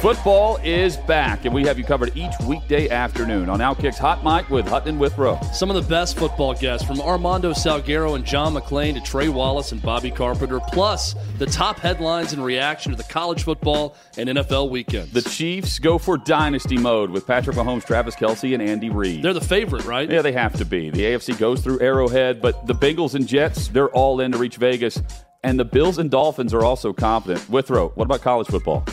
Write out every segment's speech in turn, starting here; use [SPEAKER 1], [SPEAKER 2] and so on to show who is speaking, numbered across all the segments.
[SPEAKER 1] Football is back, and we have you covered each weekday afternoon on Outkick's Hot Mic with Hutton Withrow.
[SPEAKER 2] Some of the best football guests from Armando Salguero and John McLean to Trey Wallace and Bobby Carpenter, plus the top headlines and reaction to the college football and NFL weekends.
[SPEAKER 1] The Chiefs go for dynasty mode with Patrick Mahomes, Travis Kelsey, and Andy Reid.
[SPEAKER 2] They're the favorite, right?
[SPEAKER 1] Yeah, they have to be. The AFC goes through Arrowhead, but the Bengals and Jets, they're all in to reach Vegas. And the Bills and Dolphins are also confident. Withrow, what about college football?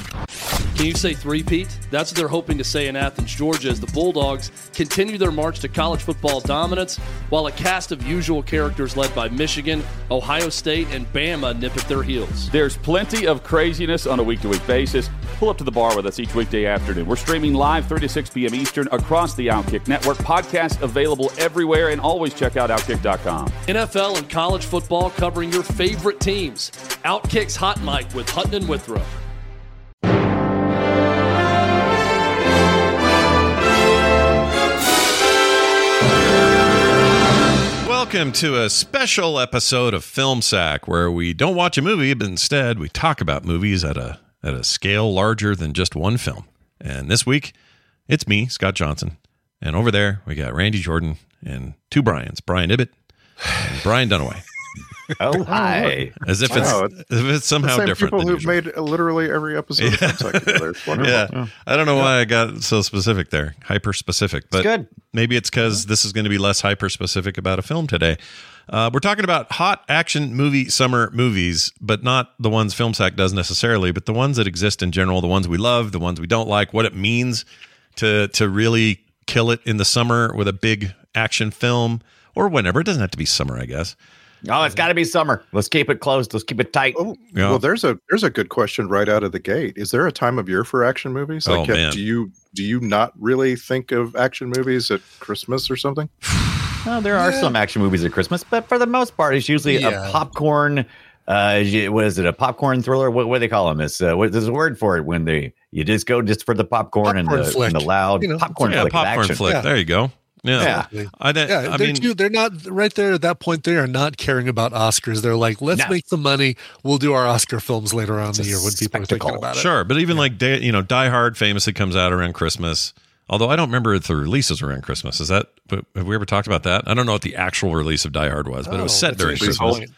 [SPEAKER 2] Can you say three, Pete? That's what they're hoping to say in Athens, Georgia, as the Bulldogs continue their march to college football dominance, while a cast of usual characters led by Michigan, Ohio State, and Bama nip at their heels.
[SPEAKER 1] There's plenty of craziness on a week to week basis. Pull up to the bar with us each weekday afternoon. We're streaming live 3 to 6 p.m. Eastern across the Outkick Network. Podcast available everywhere, and always check out Outkick.com.
[SPEAKER 2] NFL and college football covering your favorite teams. Outkick's Hot Mic with Hutton and Withrow.
[SPEAKER 3] Welcome to a special episode of Film Sack, where we don't watch a movie, but instead we talk about movies at a at a scale larger than just one film. And this week, it's me, Scott Johnson, and over there we got Randy Jordan and two Brian's, Brian Ibbett and Brian Dunaway.
[SPEAKER 4] Oh, hi.
[SPEAKER 3] As if it's,
[SPEAKER 4] Wow,
[SPEAKER 3] as if it's somehow
[SPEAKER 5] same
[SPEAKER 3] different.
[SPEAKER 5] people
[SPEAKER 3] than
[SPEAKER 5] who've
[SPEAKER 3] usual.
[SPEAKER 5] made literally every episode of Inside together. It's wonderful.
[SPEAKER 3] yeah. I don't know why I got so specific there, hyper specific, but
[SPEAKER 4] good.
[SPEAKER 3] maybe it's because this is going to be less hyper specific about a film today. Uh, we're talking about hot action movie summer movies, but not the ones FilmSack does necessarily, but the ones that exist in general, the ones we love, the ones we don't like, what it means to to really kill it in the summer with a big action film or whenever. It doesn't have to be summer, I guess.
[SPEAKER 4] Oh, it's got to be summer. Let's keep it closed. Let's keep it tight.
[SPEAKER 5] Oh,
[SPEAKER 3] Yeah.
[SPEAKER 5] well, there's a there's a good question right out of the gate. Is there a time of year for action movies?
[SPEAKER 3] Oh,
[SPEAKER 5] uh,
[SPEAKER 3] man.
[SPEAKER 5] do you do you not really think of action movies at Christmas or something?
[SPEAKER 4] Oh, there are some action movies at Christmas, but for the most part, it's usually a popcorn. Uh, y- what is it? A popcorn thriller? What, what do they call them? It's uh, what, there's a word for it when they you just go just for the popcorn, and,
[SPEAKER 6] Popcorn
[SPEAKER 4] the,
[SPEAKER 6] flick.
[SPEAKER 4] and the loud
[SPEAKER 6] You know,
[SPEAKER 4] popcorn
[SPEAKER 3] yeah,
[SPEAKER 4] flick. of
[SPEAKER 3] popcorn
[SPEAKER 4] action.
[SPEAKER 3] flick.
[SPEAKER 6] Yeah.
[SPEAKER 3] There you go. Yeah.
[SPEAKER 6] Yeah.
[SPEAKER 3] I, didn't-
[SPEAKER 6] Yeah,
[SPEAKER 3] I
[SPEAKER 6] they
[SPEAKER 3] mean,
[SPEAKER 6] do. They're not right there at that point. They are not caring about Oscars. They're like, let's
[SPEAKER 4] No.
[SPEAKER 6] make some money. We'll do our Oscar films later on
[SPEAKER 4] It's a
[SPEAKER 6] in the year when people are
[SPEAKER 4] spectacle.
[SPEAKER 6] thinking about it.
[SPEAKER 3] Sure, but even like day, you know, Die Hard famously comes out around Christmas. Although I don't remember if the releases around Christmas. Is that have we ever talked about that? I don't know what the actual release of Die Hard was, but it was
[SPEAKER 6] Oh,
[SPEAKER 3] set
[SPEAKER 6] that's
[SPEAKER 3] during
[SPEAKER 6] a good
[SPEAKER 3] Christmas.
[SPEAKER 6] point.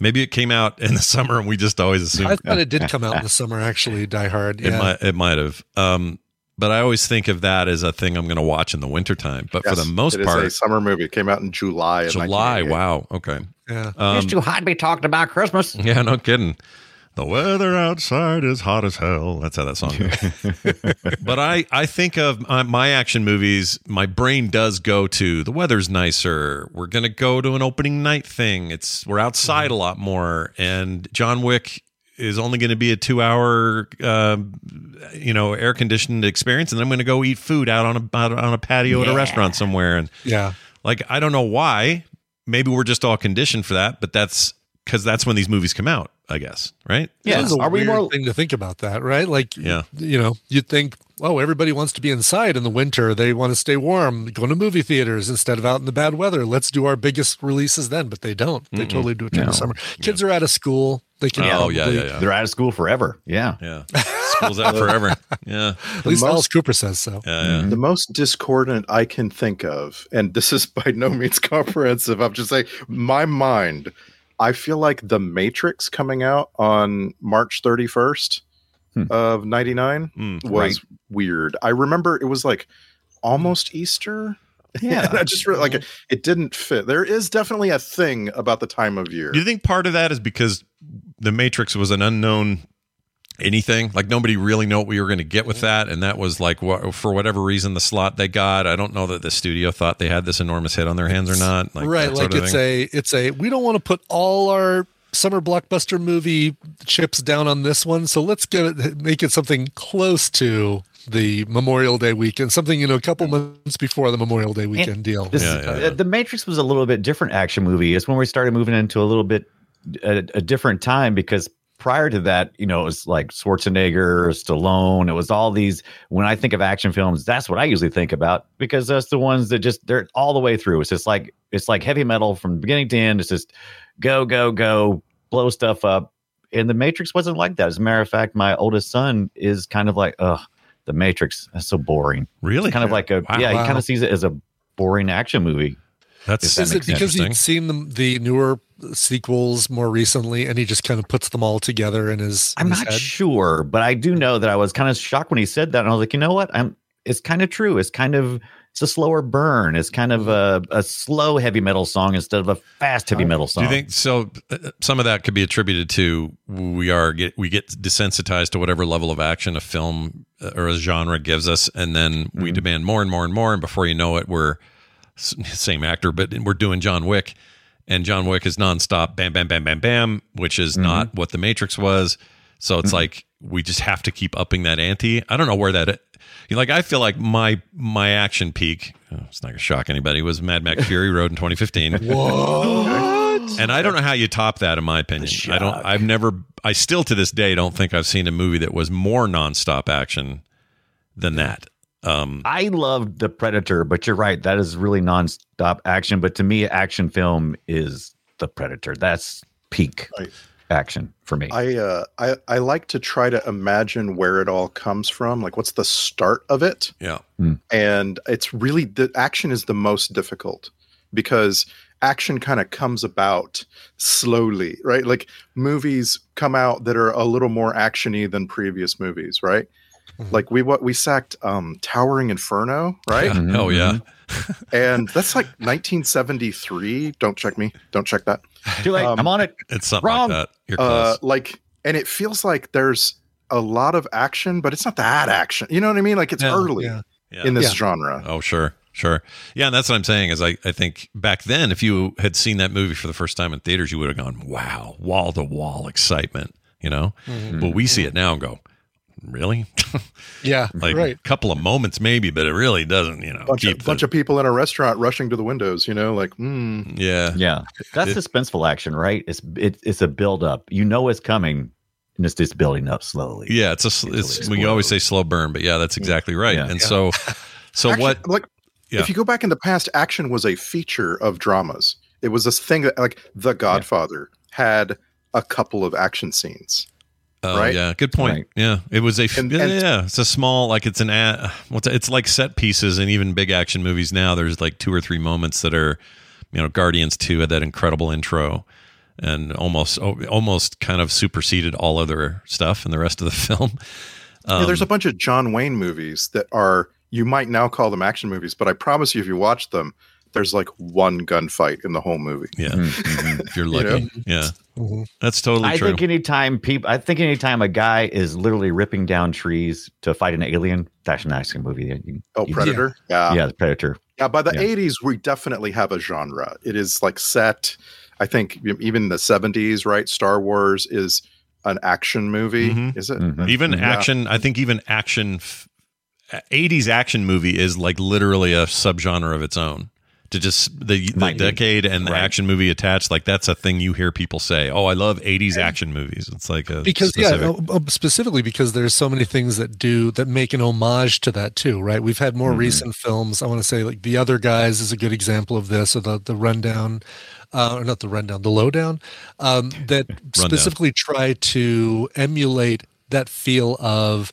[SPEAKER 3] Maybe it came out in the summer, and we just always assumed
[SPEAKER 6] I thought it did come out in the summer. Actually, Die Hard.
[SPEAKER 3] it
[SPEAKER 6] Yeah.
[SPEAKER 3] might it might have. Um, but I always think of that as a thing I'm going to watch in the wintertime. But for
[SPEAKER 5] Yes,
[SPEAKER 3] the most
[SPEAKER 5] it is a
[SPEAKER 3] part,
[SPEAKER 5] summer movie It came out in July. of
[SPEAKER 3] July.
[SPEAKER 5] 1988.
[SPEAKER 3] Wow. Okay.
[SPEAKER 6] yeah.
[SPEAKER 3] Um,
[SPEAKER 4] it's too hot to be talking about Christmas.
[SPEAKER 3] yeah. No kidding. The weather outside is hot as hell. That's how that song goes. but I, I think of my, my action movies, my brain does go to the weather's nicer. We're going to go to an opening night thing. It's we're outside a lot more. And John Wick is only going to be a two hour, um, you know, air conditioned experience. And then I'm going to go eat food out on a, out on a patio at a restaurant somewhere. And
[SPEAKER 6] Yeah.
[SPEAKER 3] like, I don't know why, maybe we're just all conditioned for that, but that's because that's when these movies come out, I guess. Right.
[SPEAKER 4] Yeah,
[SPEAKER 6] It's a
[SPEAKER 4] are we
[SPEAKER 6] weird
[SPEAKER 4] more?
[SPEAKER 6] thing to think about that, right? Like,
[SPEAKER 3] Yeah.
[SPEAKER 6] you know, you'd think, oh, everybody wants to be inside in the winter. They want to stay warm, go to movie theaters instead of out in the bad weather. Let's do our biggest releases then, but they don't. They totally do it during the
[SPEAKER 4] No.
[SPEAKER 6] summer. Kids are out of school. They can.
[SPEAKER 3] Oh, yeah,
[SPEAKER 6] probably-
[SPEAKER 3] yeah, yeah.
[SPEAKER 4] They're out of school forever. Yeah.
[SPEAKER 3] Yeah. School's out forever. Yeah.
[SPEAKER 6] At least
[SPEAKER 5] most-
[SPEAKER 6] Alice Cooper says so.
[SPEAKER 3] Yeah. yeah.
[SPEAKER 5] The most discordant I can think of, and this is by no means comprehensive. I'm just saying, my mind. I feel like The Matrix coming out on March 31st
[SPEAKER 4] Hmm.
[SPEAKER 5] of '99.
[SPEAKER 3] Mm.
[SPEAKER 5] was weird. I remember it was like almost Easter.
[SPEAKER 4] Yeah.
[SPEAKER 5] and I just re- like it didn't fit. There is definitely a thing about the time of year.
[SPEAKER 3] Do you think part of that is because the Matrix was an unknown anything. Like nobody really knew what we were going to get with that, and that was like wha- for whatever reason the slot they got. I don't know that the studio thought they had this enormous hit on their hands or not. Like
[SPEAKER 6] right,
[SPEAKER 3] that
[SPEAKER 6] like
[SPEAKER 3] sort of
[SPEAKER 6] it's
[SPEAKER 3] thing.
[SPEAKER 6] a it's a we don't want to put all our summer blockbuster movie chips down on this one, so let's get it make it something close to the Memorial Day weekend, something you know, a couple months before the Memorial Day weekend deal.
[SPEAKER 1] This,
[SPEAKER 3] Yeah, yeah, yeah.
[SPEAKER 1] uh, The Matrix was a little bit different action movie. It's when we started moving into a little bit a, a different time because prior to that, you know, it was like Schwarzenegger, Stallone. It was all these. When I think of action films, that's what I usually think about because that's the ones that just they're all the way through. It's just like it's like heavy metal from beginning to end. It's just go go go, blow stuff up. And the Matrix wasn't like that. As a matter of fact, my oldest son is kind of like, ugh, the Matrix. That's so boring.
[SPEAKER 3] really
[SPEAKER 1] It's kind of like a
[SPEAKER 3] Wow.
[SPEAKER 1] yeah.
[SPEAKER 6] Wow.
[SPEAKER 1] He kind of sees it as a boring action movie.
[SPEAKER 3] that's
[SPEAKER 1] that
[SPEAKER 6] is it
[SPEAKER 1] makes
[SPEAKER 6] because
[SPEAKER 3] interesting.
[SPEAKER 6] he'd seen the, the newer sequels more recently and he just kind of puts them all together in his
[SPEAKER 1] I'm
[SPEAKER 6] in his
[SPEAKER 1] not
[SPEAKER 6] head?
[SPEAKER 1] sure, but I do know that I was kind of shocked when he said that, and I was like, you know what? I'm. It's kind of true. It's kind of it's a slower burn. It's kind of a, a slow heavy metal song instead of a fast heavy metal
[SPEAKER 3] Do
[SPEAKER 1] song.
[SPEAKER 3] you think so? uh, Some of that could be attributed to we are get we get desensitized to whatever level of action a film uh, or a genre gives us, and then we demand more and more and more, and before you know it, we're s- same actor, but we're doing John Wick, and John Wick is nonstop, bam, bam, bam, bam, bam, which is not what The Matrix was. So it's like we just have to keep upping that ante. I don't know where that. you know, like I feel like my my action peak. oh, it's not gonna shock anybody. Was Mad Max Fury Road in 2015. And I don't know how you top that, in my opinion. I don't. I've never. I still to this day don't think I've seen a movie that was more nonstop action than that. Um,
[SPEAKER 1] I loved the Predator, but you're right. That is really nonstop action. But to me, action film is the Predator. That's peak
[SPEAKER 5] Right.
[SPEAKER 1] action for me.
[SPEAKER 5] I uh I, I like to try to imagine where it all comes from. Like what's the start of it?
[SPEAKER 3] yeah.
[SPEAKER 5] And it's really the action is the most difficult because action kind of comes about slowly, right? Like movies come out that are a little more actiony than previous movies, right? Like we what we sacked um Towering Inferno, right?
[SPEAKER 3] Yeah. Hell yeah.
[SPEAKER 5] Mm-hmm. and that's like 1973. Don't check me. Don't check that. Um,
[SPEAKER 1] Too late. I'm on it.
[SPEAKER 3] It's something
[SPEAKER 1] Wrong.
[SPEAKER 3] like that. You're
[SPEAKER 5] Uh,
[SPEAKER 3] close.
[SPEAKER 5] like, and it feels like there's a lot of action, but it's not that action. You know what I mean? Like it's early
[SPEAKER 6] yeah.
[SPEAKER 3] Yeah.
[SPEAKER 5] in this
[SPEAKER 6] Yeah.
[SPEAKER 5] genre.
[SPEAKER 3] Oh, sure, sure. Yeah, and that's what I'm saying is I, I think back then, if you had seen that movie for the first time in theaters, you would have gone, wow, wall to wall excitement, you know?
[SPEAKER 5] Mm-hmm.
[SPEAKER 3] But we see it now and go, really?
[SPEAKER 6] Yeah,
[SPEAKER 3] like
[SPEAKER 6] right.
[SPEAKER 3] a couple of moments maybe, but it really doesn't, you know,
[SPEAKER 5] Bunch
[SPEAKER 3] keep
[SPEAKER 5] of,
[SPEAKER 3] the-
[SPEAKER 5] bunch of people in a restaurant rushing to the windows, you know, like, hmm.
[SPEAKER 3] yeah.
[SPEAKER 1] Yeah, that's suspenseful action, right? It's it, it's a build up. You know it's coming, and it's just building up slowly.
[SPEAKER 3] Yeah, it's a sl-
[SPEAKER 1] Until
[SPEAKER 3] it's
[SPEAKER 1] it
[SPEAKER 3] we always
[SPEAKER 1] explodes.
[SPEAKER 3] say slow burn, but yeah, that's exactly right.
[SPEAKER 1] Yeah.
[SPEAKER 3] And so, so
[SPEAKER 5] Action-
[SPEAKER 3] what?
[SPEAKER 5] Like,
[SPEAKER 3] Yeah.
[SPEAKER 5] if you go back in the past, action was a feature of dramas. It was this thing that, like, The Godfather had a couple of action scenes.
[SPEAKER 3] Oh
[SPEAKER 5] right?
[SPEAKER 3] yeah, good point.
[SPEAKER 1] Right.
[SPEAKER 3] Yeah, it was a f-
[SPEAKER 5] And-
[SPEAKER 3] yeah,
[SPEAKER 5] and-
[SPEAKER 3] yeah, it's a small like it's an a- what's it- it's like set pieces and even big action movies now. There's like two or three moments that are, you know, Guardians Two had that incredible intro, and almost al- almost kind of superseded all other stuff in the rest of the film.
[SPEAKER 5] yeah,
[SPEAKER 3] Um,
[SPEAKER 5] there's a bunch of John Wayne movies that are you might now call them action movies, but I promise you, if you watch them, there's like one gunfight in the whole movie.
[SPEAKER 3] Yeah,
[SPEAKER 1] Mm-hmm.
[SPEAKER 3] if you're lucky. Yeah, that's totally
[SPEAKER 1] I
[SPEAKER 3] true.
[SPEAKER 1] think anytime people, I think anytime a guy is literally ripping down trees to fight an alien, that's an action movie. You- you-
[SPEAKER 5] Oh,
[SPEAKER 1] you-
[SPEAKER 5] Predator. Yeah.
[SPEAKER 3] Uh,
[SPEAKER 1] Yeah,
[SPEAKER 5] yeah.
[SPEAKER 1] the Predator.
[SPEAKER 5] by the
[SPEAKER 1] Yeah.
[SPEAKER 5] 80s, we definitely have a genre. It is like set, I think, e, even the 70s, right? Star Wars is an action movie.
[SPEAKER 3] Mhm.
[SPEAKER 5] Is it?
[SPEAKER 1] Mhm.
[SPEAKER 3] even
[SPEAKER 5] Yeah.
[SPEAKER 3] action i think even action f- 80s action movie is like literally a subgenre of its own to just the, the
[SPEAKER 1] Might be.
[SPEAKER 3] decade and the
[SPEAKER 1] Right.
[SPEAKER 3] action movie attached like that's a thing you hear people say oh i love 80s action movies it's like a
[SPEAKER 6] because
[SPEAKER 3] specific,
[SPEAKER 6] yeah, uh, uh, specifically because there's so many things that do that make an homage to that too, right? We've had
[SPEAKER 3] Mm-hmm.
[SPEAKER 6] more recent films. I want to say like The Other Guys is a good example of this, or the the Rundown, uh, or not the Rundown, the Lowdown, um, that specifically try to emulate that feel of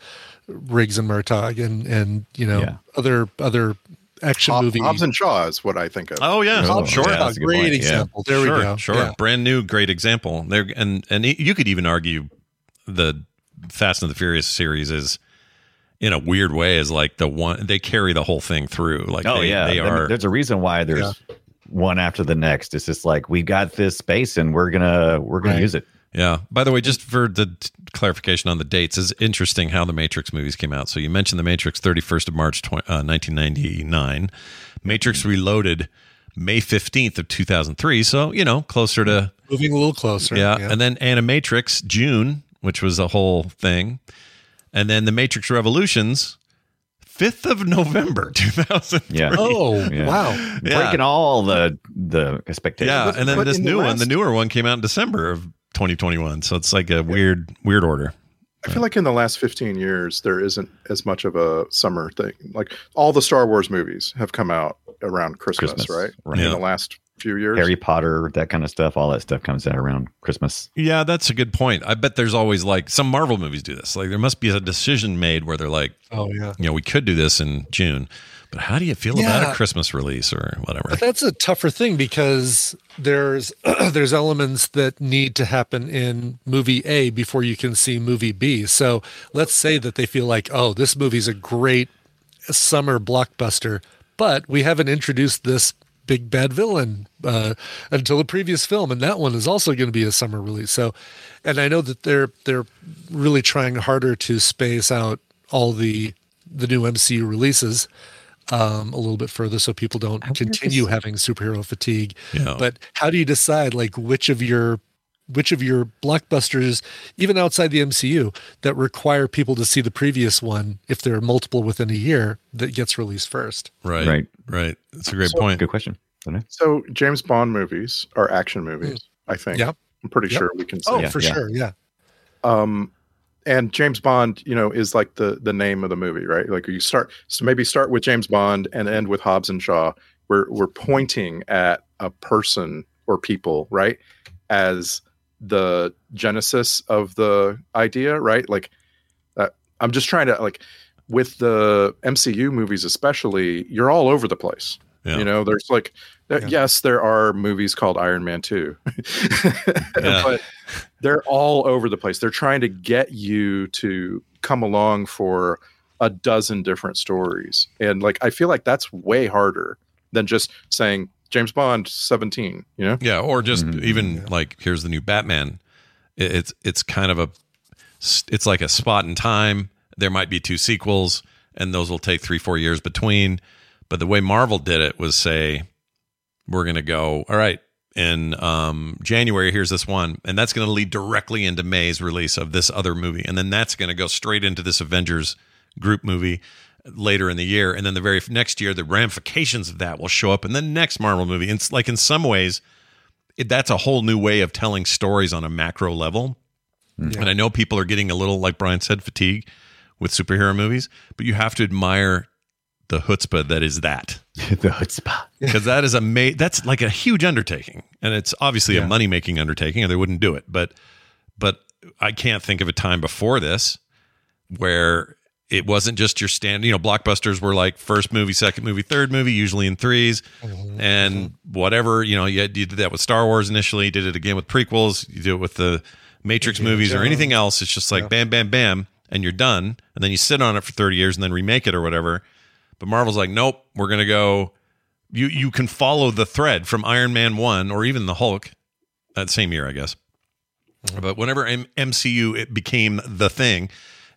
[SPEAKER 6] Riggs and Murtaugh and and you know
[SPEAKER 1] Yeah.
[SPEAKER 6] other other action
[SPEAKER 5] Hob-
[SPEAKER 6] movie.
[SPEAKER 5] Hobbs and Shaw is what I think of.
[SPEAKER 3] oh yeah
[SPEAKER 1] Oh,
[SPEAKER 3] sure
[SPEAKER 1] yeah.
[SPEAKER 6] a
[SPEAKER 1] that's a good
[SPEAKER 6] great
[SPEAKER 1] point, yeah.
[SPEAKER 6] example. There
[SPEAKER 3] sure,
[SPEAKER 6] we go.
[SPEAKER 3] Sure,
[SPEAKER 6] Yeah.
[SPEAKER 3] brand new, great example. There, and and it- you could even argue the Fast and the Furious series is, in a weird way, is like the one they carry the whole thing through. Like,
[SPEAKER 1] oh
[SPEAKER 3] they,
[SPEAKER 1] yeah,
[SPEAKER 3] they
[SPEAKER 1] There-
[SPEAKER 3] are.
[SPEAKER 1] There's a reason why there's one after the next. It's just like we got this space, and we're gonna we're gonna
[SPEAKER 6] Right.
[SPEAKER 1] use it.
[SPEAKER 3] Yeah. By the way, just for the t- clarification on the dates, is interesting how the Matrix movies came out. So you mentioned the Matrix, thirty first of March, 20, uh, nineteen ninety nine. Matrix Reloaded, May fifteenth of two thousand three. So you know, closer to
[SPEAKER 6] Moving a little closer.
[SPEAKER 3] yeah. And then Animatrix, June, which was a whole thing, and then the Matrix Revolutions, fifth of November, two thousand.
[SPEAKER 1] Yeah.
[SPEAKER 6] oh
[SPEAKER 1] Yeah.
[SPEAKER 6] wow.
[SPEAKER 3] Yeah.
[SPEAKER 1] Breaking all the the expectations.
[SPEAKER 3] Yeah, and then
[SPEAKER 5] but
[SPEAKER 3] this
[SPEAKER 5] in the
[SPEAKER 3] new one,
[SPEAKER 5] last-
[SPEAKER 3] the newer one came out in December of 2021. So it's like a weird, weird order.
[SPEAKER 5] I feel like in the last 15 years, there isn't as much of a summer thing. Like all the Star Wars movies have come out around Christmas,
[SPEAKER 1] Christmas,
[SPEAKER 5] right?
[SPEAKER 1] right.
[SPEAKER 5] In
[SPEAKER 3] Yeah.
[SPEAKER 5] the last few years.
[SPEAKER 1] Harry Potter, that kind of stuff. All that stuff comes out around Christmas.
[SPEAKER 3] Yeah, that's a good point. I bet there's always like some Marvel movies do this. Like there must be a decision made where they're like,
[SPEAKER 6] Oh yeah.
[SPEAKER 3] you know, we could do this in June, but how do you feel about
[SPEAKER 6] Yeah.
[SPEAKER 3] a Christmas release or whatever?
[SPEAKER 6] But that's a tougher thing because there's there's elements that need to happen in movie A before you can see movie B. So let's say that they feel like, oh, this movie's a great summer blockbuster, but we haven't introduced this big bad villain uh, until the previous film, and that one is also going to be a summer release. So, and I know that they're they're really trying harder to space out all the the new MCU releases um, a little bit further so people don't continue having superhero fatigue.
[SPEAKER 3] Yeah.
[SPEAKER 6] But how do you decide like which of your which of your blockbusters, even outside the MCU, that require people to see the previous one, if there are multiple within a year, that gets released first?
[SPEAKER 3] right, right,
[SPEAKER 1] Right.
[SPEAKER 3] right. That's a great
[SPEAKER 5] So-
[SPEAKER 3] point.
[SPEAKER 1] Good question. Don't know.
[SPEAKER 5] So James Bond movies are action movies, I think.
[SPEAKER 6] Yep.
[SPEAKER 5] I'm pretty
[SPEAKER 6] Yep.
[SPEAKER 5] sure we can say.
[SPEAKER 6] Oh,
[SPEAKER 1] Yeah,
[SPEAKER 6] for
[SPEAKER 1] yeah.
[SPEAKER 6] sure. Yeah.
[SPEAKER 5] um and James Bond, you know, is like the the name of the movie, right? Like you start so maybe start with James Bond and end with Hobbs and Shaw. We're we're pointing at a person or people, right? As the genesis of the idea, right? Like uh, I'm just trying to like with the MCU movies especially, you're all over the place.
[SPEAKER 3] Yeah.
[SPEAKER 5] You know, there's like there-
[SPEAKER 6] Yeah.
[SPEAKER 5] yes, there are movies called Iron Man 2.
[SPEAKER 3] Yeah.
[SPEAKER 5] but they're all over the place. They're trying to get you to come along for a dozen different stories. And like I feel like that's way harder than just saying James Bond 17, you know?
[SPEAKER 3] Yeah, or just
[SPEAKER 1] Mhm.
[SPEAKER 3] even like here's the new Batman. It, it's it's kind of a it's like a spot in time. There might be two sequels, and those will take three four years between. But the way Marvel did it was say we're gonna go all right in um, January. Here's this one, and that's gonna lead directly into May's release of this other movie, and then that's gonna go straight into this Avengers group movie later in the year and then the very f- next year the ramifications of that will show up in the next marvel movie and it's like in some ways it, that's a whole new way of telling stories on a macro level.
[SPEAKER 6] Yeah.
[SPEAKER 3] And I know people are getting a little, like Brian said, fatigue with superhero movies, but you have to admire the chutzpah that is that
[SPEAKER 1] the hood spot.
[SPEAKER 3] because that is a ma- that's like a huge undertaking and it's obviously a money making undertaking or they wouldn't do it but but i can't think of a time before this where it wasn't just your stand you know blockbusters were like first movie second movie third movie usually in 3s and whatever you know you, you did that with star wars initially you did it again with prequels you do it with the matrix movies or anything else it's just like bam bam bam and you're done and then you sit on it for 30 years and then remake it or whatever but marvel's like nope we're going to go you you can follow the thread from Iron Man one or even the Hulk that same year, I guess. But whenever M- MCU it became the thing,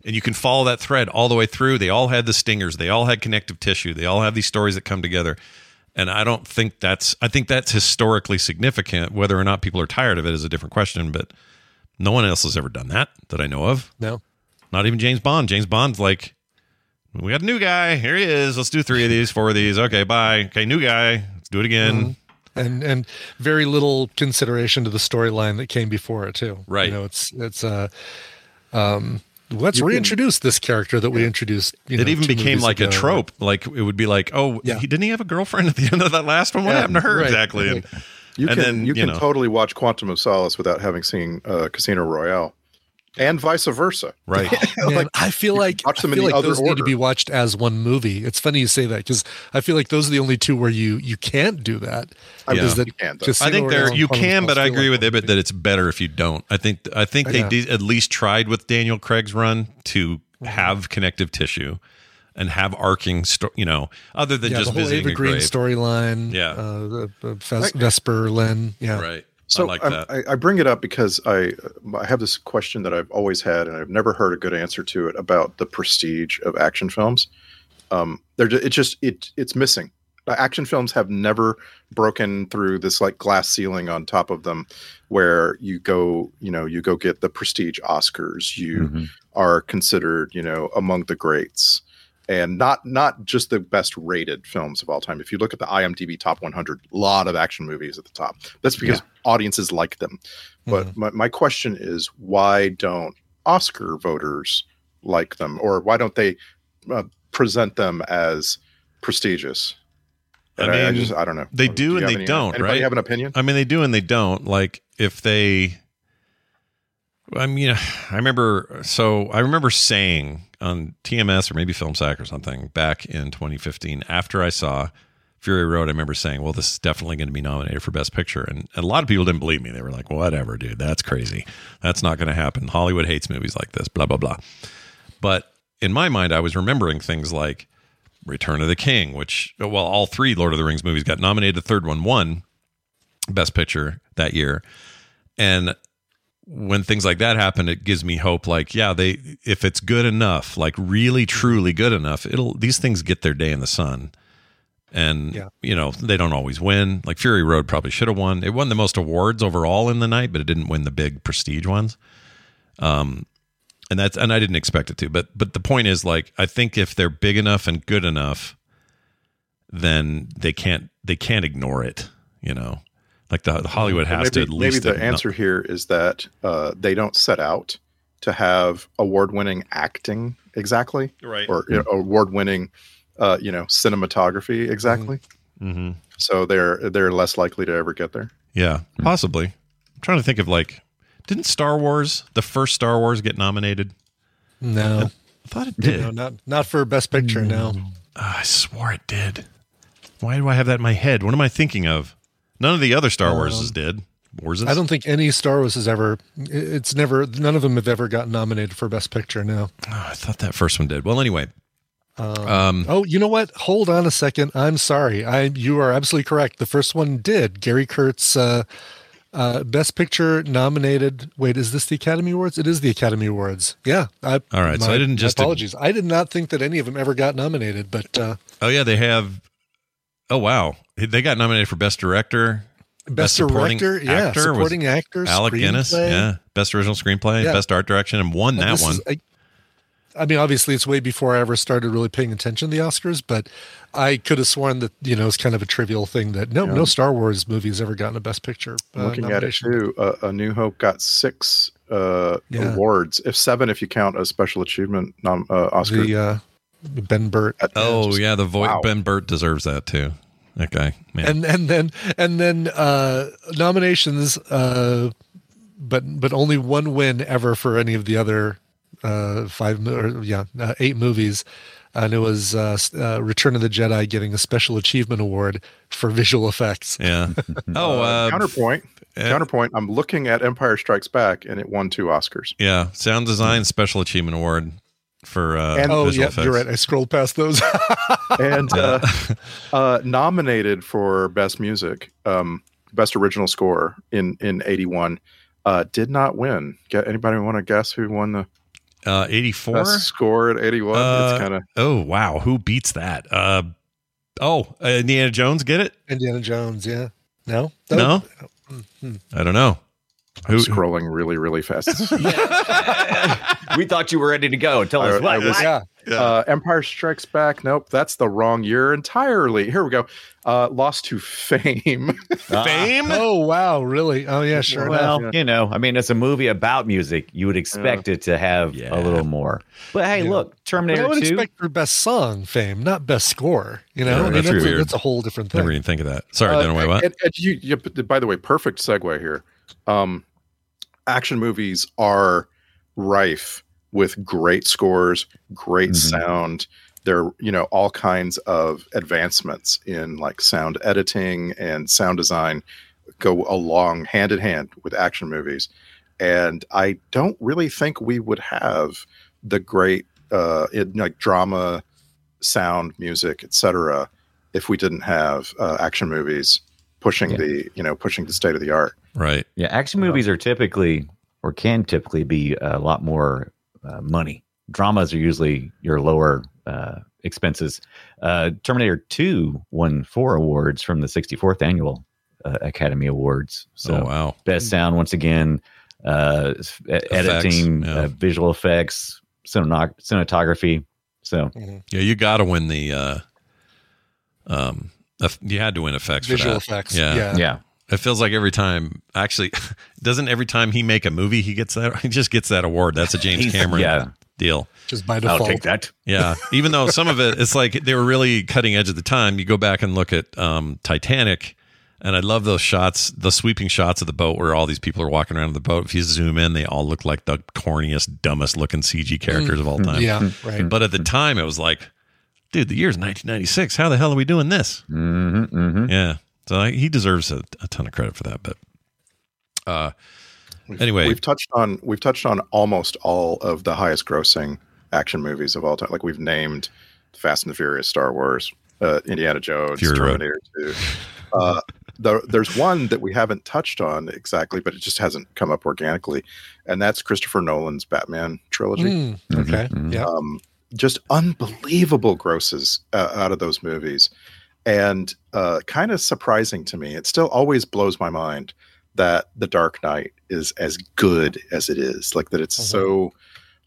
[SPEAKER 3] and you can follow that thread all the way through. They all had the stingers. They all had connective tissue. They all have these stories that come together. And I don't think that's I think that's historically significant. Whether or not people are tired of it is a different question. But no one else has ever done that that I know of.
[SPEAKER 6] No.
[SPEAKER 3] Not even James Bond. James Bond's like, we got a new guy. Here he is. Let's do three of these, four of these. Okay, bye. Okay, new guy. Let's do it again.
[SPEAKER 6] And and very little consideration to the storyline that came before it too.
[SPEAKER 3] Right.
[SPEAKER 6] You know, it's it's uh um let's reintroduce this character that we introduced. You
[SPEAKER 3] It
[SPEAKER 6] know,
[SPEAKER 3] even
[SPEAKER 6] two
[SPEAKER 3] became
[SPEAKER 6] movies
[SPEAKER 3] like a
[SPEAKER 6] ago.
[SPEAKER 3] trope. Like it would be like, oh,
[SPEAKER 6] Yeah.
[SPEAKER 3] he, didn't he have a girlfriend at the end of that last one? What happened to her
[SPEAKER 6] right,
[SPEAKER 3] exactly?
[SPEAKER 6] right.
[SPEAKER 3] And,
[SPEAKER 5] You
[SPEAKER 3] and
[SPEAKER 5] can
[SPEAKER 3] then
[SPEAKER 5] you,
[SPEAKER 3] you
[SPEAKER 5] can
[SPEAKER 3] know,
[SPEAKER 5] totally watch Quantum of Solace without having seen uh, Casino Royale. And vice versa.
[SPEAKER 3] right?
[SPEAKER 6] Man, I feel like
[SPEAKER 5] watch them
[SPEAKER 6] I
[SPEAKER 5] in
[SPEAKER 6] feel
[SPEAKER 5] the
[SPEAKER 6] like
[SPEAKER 5] other
[SPEAKER 6] those need
[SPEAKER 5] order.
[SPEAKER 6] to be watched as one movie. It's funny you say that because I feel like those are the only two where you you can't do that.
[SPEAKER 5] I
[SPEAKER 3] mean,
[SPEAKER 6] Is that
[SPEAKER 5] you can't, though.
[SPEAKER 3] I think
[SPEAKER 6] Casino
[SPEAKER 3] there
[SPEAKER 6] Royale
[SPEAKER 3] you
[SPEAKER 6] and Quantum of
[SPEAKER 3] can, but I
[SPEAKER 6] Solace feel
[SPEAKER 3] agree
[SPEAKER 6] like
[SPEAKER 3] with
[SPEAKER 6] one
[SPEAKER 3] Ibit
[SPEAKER 6] movie.
[SPEAKER 3] that it's better if you don't. I think I think they
[SPEAKER 6] Yeah.
[SPEAKER 3] de- at least tried with Daniel Craig's run to have connective tissue and have arcing, sto- you know, other than
[SPEAKER 6] yeah,
[SPEAKER 3] just
[SPEAKER 6] the whole
[SPEAKER 3] visiting
[SPEAKER 6] Ava
[SPEAKER 3] a
[SPEAKER 6] Green
[SPEAKER 3] grave.
[SPEAKER 6] storyline.
[SPEAKER 3] Yeah.
[SPEAKER 6] uh, the, the Ves- Vesper Lynn. Yeah,
[SPEAKER 3] Right. So I like
[SPEAKER 5] I'm-
[SPEAKER 3] that.
[SPEAKER 5] I, I bring it up because I I have this question that I've always had and I've never heard a good answer to it about the prestige of action films. Um, they're ju- it's just it it's missing. Uh, Action films have never broken through this like glass ceiling on top of them, where you go you know you go get the prestige Oscars, you
[SPEAKER 3] Mm-hmm.
[SPEAKER 1] Mhm.
[SPEAKER 5] are considered you know among the greats and not not just the best rated films of all time if you look at the imdb top 100 a lot of action movies at the top that's because audiences like them but my, my question is why don't oscar voters like them or why don't they uh, present them as prestigious
[SPEAKER 3] I
[SPEAKER 5] And
[SPEAKER 3] mean,
[SPEAKER 5] just i don't know
[SPEAKER 3] they do
[SPEAKER 5] you
[SPEAKER 3] and
[SPEAKER 5] have
[SPEAKER 3] they don't,
[SPEAKER 5] anybody
[SPEAKER 3] right?
[SPEAKER 5] have an opinion
[SPEAKER 3] I mean, they do and they don't. Like if they, I mean, I remember. So I remember saying on TMS or maybe Film Sack or something back in 2015 after I saw Fury Road. I remember saying, "Well, this is definitely going to be nominated for Best Picture," and a lot of people didn't believe me. They were like, "Whatever, dude. That's crazy. That's not going to happen. Hollywood hates movies like this." Blah blah blah. But in my mind, I was remembering things like Return of the King, which, well, all three Lord of the Rings movies got nominated. The third one won Best Picture that year. And when things like that happen, it gives me hope. Like, yeah, they if it's good enough, like really truly good enough, it'll these things get their day in the sun. And
[SPEAKER 6] Yeah.
[SPEAKER 3] you know they don't always win. Like Fury Road probably should have won. It won the most awards overall in the night, but it didn't win the big prestige ones. Um, and that's and I didn't expect it to. But but the point is, like, I think if they're big enough and good enough, then they can't they can't ignore it. You know, like the, the Hollywood
[SPEAKER 5] Well,
[SPEAKER 3] has
[SPEAKER 5] Mm-hmm. maybe,
[SPEAKER 3] to at least
[SPEAKER 5] maybe the
[SPEAKER 3] acknow-
[SPEAKER 5] answer here is that uh, they don't set out to have award-winning acting exactly
[SPEAKER 3] Right.
[SPEAKER 5] or you know, award-winning uh, you know cinematography exactly
[SPEAKER 3] Mhm.
[SPEAKER 5] so they're they're less likely to ever get there
[SPEAKER 3] Yeah, possibly. I'm trying to think of like, didn't Star Wars, the first Star Wars, get nominated?
[SPEAKER 6] No,
[SPEAKER 3] I thought it did.
[SPEAKER 6] no, not not for best picture. No,
[SPEAKER 5] Mm.
[SPEAKER 3] Ah, I swore it did. Why do I have that in my head? What am I thinking of? None of the other Star Warses did. Wars.
[SPEAKER 6] Um, I don't think any Star Wars has ever. it- It's never. None of them have ever gotten nominated for best picture. No.
[SPEAKER 3] Oh, I thought that first one did. Well, anyway. Um,
[SPEAKER 6] Oh, you know what? Hold on a second. I'm sorry. I you are absolutely correct. The first one did. Gary Kurtz, uh, uh, best picture nominated. Wait, is this the Academy Awards? It is the Academy Awards. Yeah. I,
[SPEAKER 3] All right, so I didn't
[SPEAKER 6] my
[SPEAKER 3] just-
[SPEAKER 6] apologies. I did not think that any of them ever got nominated, but uh,
[SPEAKER 3] oh yeah, they have. Oh wow, they got nominated for best director.
[SPEAKER 6] best,
[SPEAKER 3] Supporting
[SPEAKER 6] director, yeah,
[SPEAKER 3] Actor was
[SPEAKER 6] supporting actor,
[SPEAKER 3] Alec Guinness,
[SPEAKER 6] screenplay.
[SPEAKER 3] yeah, best original screenplay,
[SPEAKER 6] Yeah.
[SPEAKER 3] best art direction, and won
[SPEAKER 6] Now,
[SPEAKER 3] that
[SPEAKER 6] this
[SPEAKER 3] one.
[SPEAKER 6] is- I, I mean, obviously, it's way before I ever started really paying attention to the Oscars, but I could have sworn that you know it's kind of a trivial thing that no, no Star Wars movie has ever gotten a Best Picture uh,
[SPEAKER 5] looking at it
[SPEAKER 6] nomination.
[SPEAKER 5] too uh, a new hope got six uh,
[SPEAKER 6] Yeah.
[SPEAKER 5] awards if seven if you count a special achievement nom- uh, oscar
[SPEAKER 6] The uh, Ben Burt.
[SPEAKER 3] Oh yeah, the voice
[SPEAKER 5] wow.
[SPEAKER 3] Ben Burt deserves that too. That guy, man.
[SPEAKER 6] and and then and then uh, nominations, uh, but but only one win ever for any of the other uh, five mo- or yeah uh, eight movies, and it was uh, s- uh, Return of the Jedi getting a Special Achievement Award for visual effects.
[SPEAKER 3] yeah. oh, uh,
[SPEAKER 5] counterpoint
[SPEAKER 3] uh,
[SPEAKER 5] counterpoint i'm looking at empire strikes back and it won two oscars
[SPEAKER 3] Yeah, sound design special achievement award for uh,
[SPEAKER 5] And-
[SPEAKER 6] Oh
[SPEAKER 3] visual
[SPEAKER 6] yeah,
[SPEAKER 3] effects.
[SPEAKER 6] you're right. I scrolled past those.
[SPEAKER 5] and uh, uh, nominated for best music, um, best original score in in '81. Uh, did not win. Get anybody want to guess who won the
[SPEAKER 3] Uh, 84.
[SPEAKER 5] best score at '81?
[SPEAKER 3] Uh,
[SPEAKER 5] it's kind of
[SPEAKER 3] Oh wow, who beats that? Uh, oh, uh, Indiana Jones get it?
[SPEAKER 6] Indiana Jones. Yeah. No.
[SPEAKER 3] No,
[SPEAKER 6] Mm-hmm.
[SPEAKER 3] I don't know. Who?
[SPEAKER 5] scrolling really really fast.
[SPEAKER 1] we thought you were ready to go. Tell
[SPEAKER 5] I-
[SPEAKER 1] us
[SPEAKER 5] I
[SPEAKER 1] what.
[SPEAKER 5] was-
[SPEAKER 6] Yeah.
[SPEAKER 5] uh, Empire Strikes Back. Nope, that's the wrong year entirely. Here we go. Uh, lost to Fame.
[SPEAKER 1] Ah.
[SPEAKER 3] Fame?
[SPEAKER 6] Oh wow. Really? Oh yeah. Sure enough.
[SPEAKER 1] well, you know, I mean, it's a movie about music. You would expect it to have
[SPEAKER 3] Yeah.
[SPEAKER 1] a little more. But hey, look,
[SPEAKER 6] But I
[SPEAKER 1] Terminator
[SPEAKER 6] would
[SPEAKER 1] Two.
[SPEAKER 6] expect for best song fame, not best score. You know,
[SPEAKER 3] Yeah,
[SPEAKER 6] I mean,
[SPEAKER 3] that's
[SPEAKER 6] that's, a,
[SPEAKER 3] weird.
[SPEAKER 6] that's a whole different
[SPEAKER 3] Never
[SPEAKER 6] thing.
[SPEAKER 3] even think of that. Sorry, uh, Dunaway. What?
[SPEAKER 5] And, and you, you, by the way, perfect segue here. Um, action movies are rife with great scores, great
[SPEAKER 1] Mhm.
[SPEAKER 5] sound. There, are, you know, all kinds of advancements in like sound editing and sound design go along hand in hand with action movies. And I don't really think we would have the great uh, in, like drama, sound, music, etc., if we didn't have uh, action movies pushing the you know pushing the state of the art.
[SPEAKER 3] Right.
[SPEAKER 1] Yeah, action movies are typically or can typically be a lot more uh, money. Dramas are usually your lower uh, expenses. Uh, Terminator 2 won four awards from the 64th annual uh, Academy Awards. So
[SPEAKER 3] oh wow.
[SPEAKER 1] best sound once again, uh, s- e- editing,
[SPEAKER 3] yeah.
[SPEAKER 1] uh, visual effects, cinenog- cinematography. So
[SPEAKER 3] Yeah, you got to win the. Uh, um, eff- you had to win effects.
[SPEAKER 6] Visual
[SPEAKER 3] for that.
[SPEAKER 6] effects.
[SPEAKER 3] Yeah.
[SPEAKER 6] Yeah.
[SPEAKER 1] yeah,
[SPEAKER 3] It feels like every time, actually, doesn't every time he make a movie, he gets that. He just gets that award. That's a James
[SPEAKER 1] He's-
[SPEAKER 3] Cameron
[SPEAKER 1] yeah.
[SPEAKER 3] deal.
[SPEAKER 6] Just by
[SPEAKER 1] I'll
[SPEAKER 6] default.
[SPEAKER 1] take that.
[SPEAKER 3] Yeah, even though some of it, it's like they were really cutting edge at the time. You go back and look at um, Titanic, and I love those shots, the sweeping shots of the boat where all these people are walking around the boat. If you zoom in, they all look like the corniest, dumbest looking CG characters of all
[SPEAKER 6] Mm-hmm.
[SPEAKER 3] time.
[SPEAKER 6] Yeah.
[SPEAKER 5] Mm-hmm.
[SPEAKER 6] Right.
[SPEAKER 3] But at the time, it was like, dude, the year's 1996. How the hell are we doing this?
[SPEAKER 1] hmm hmm
[SPEAKER 3] Yeah. So I, he deserves a, a ton of credit for that. But uh,
[SPEAKER 5] We've-
[SPEAKER 3] anyway,
[SPEAKER 5] we've touched on we've touched on almost all of the highest grossing action movies of all time. Like we've named Fast and the Furious, Star Wars, uh, Indiana Jones,
[SPEAKER 3] Fury Road.
[SPEAKER 5] Terminator Two. Uh, there, there's one that we haven't touched on exactly, but it just hasn't come up organically, and that's Christopher Nolan's Batman trilogy
[SPEAKER 6] Mm, okay. Yeah.
[SPEAKER 5] um, just unbelievable grosses uh, out of those movies and uh, kind of surprising to me it still always blows my mind that the dark knight is as good as it is like that it's
[SPEAKER 6] Mm-hmm.
[SPEAKER 5] so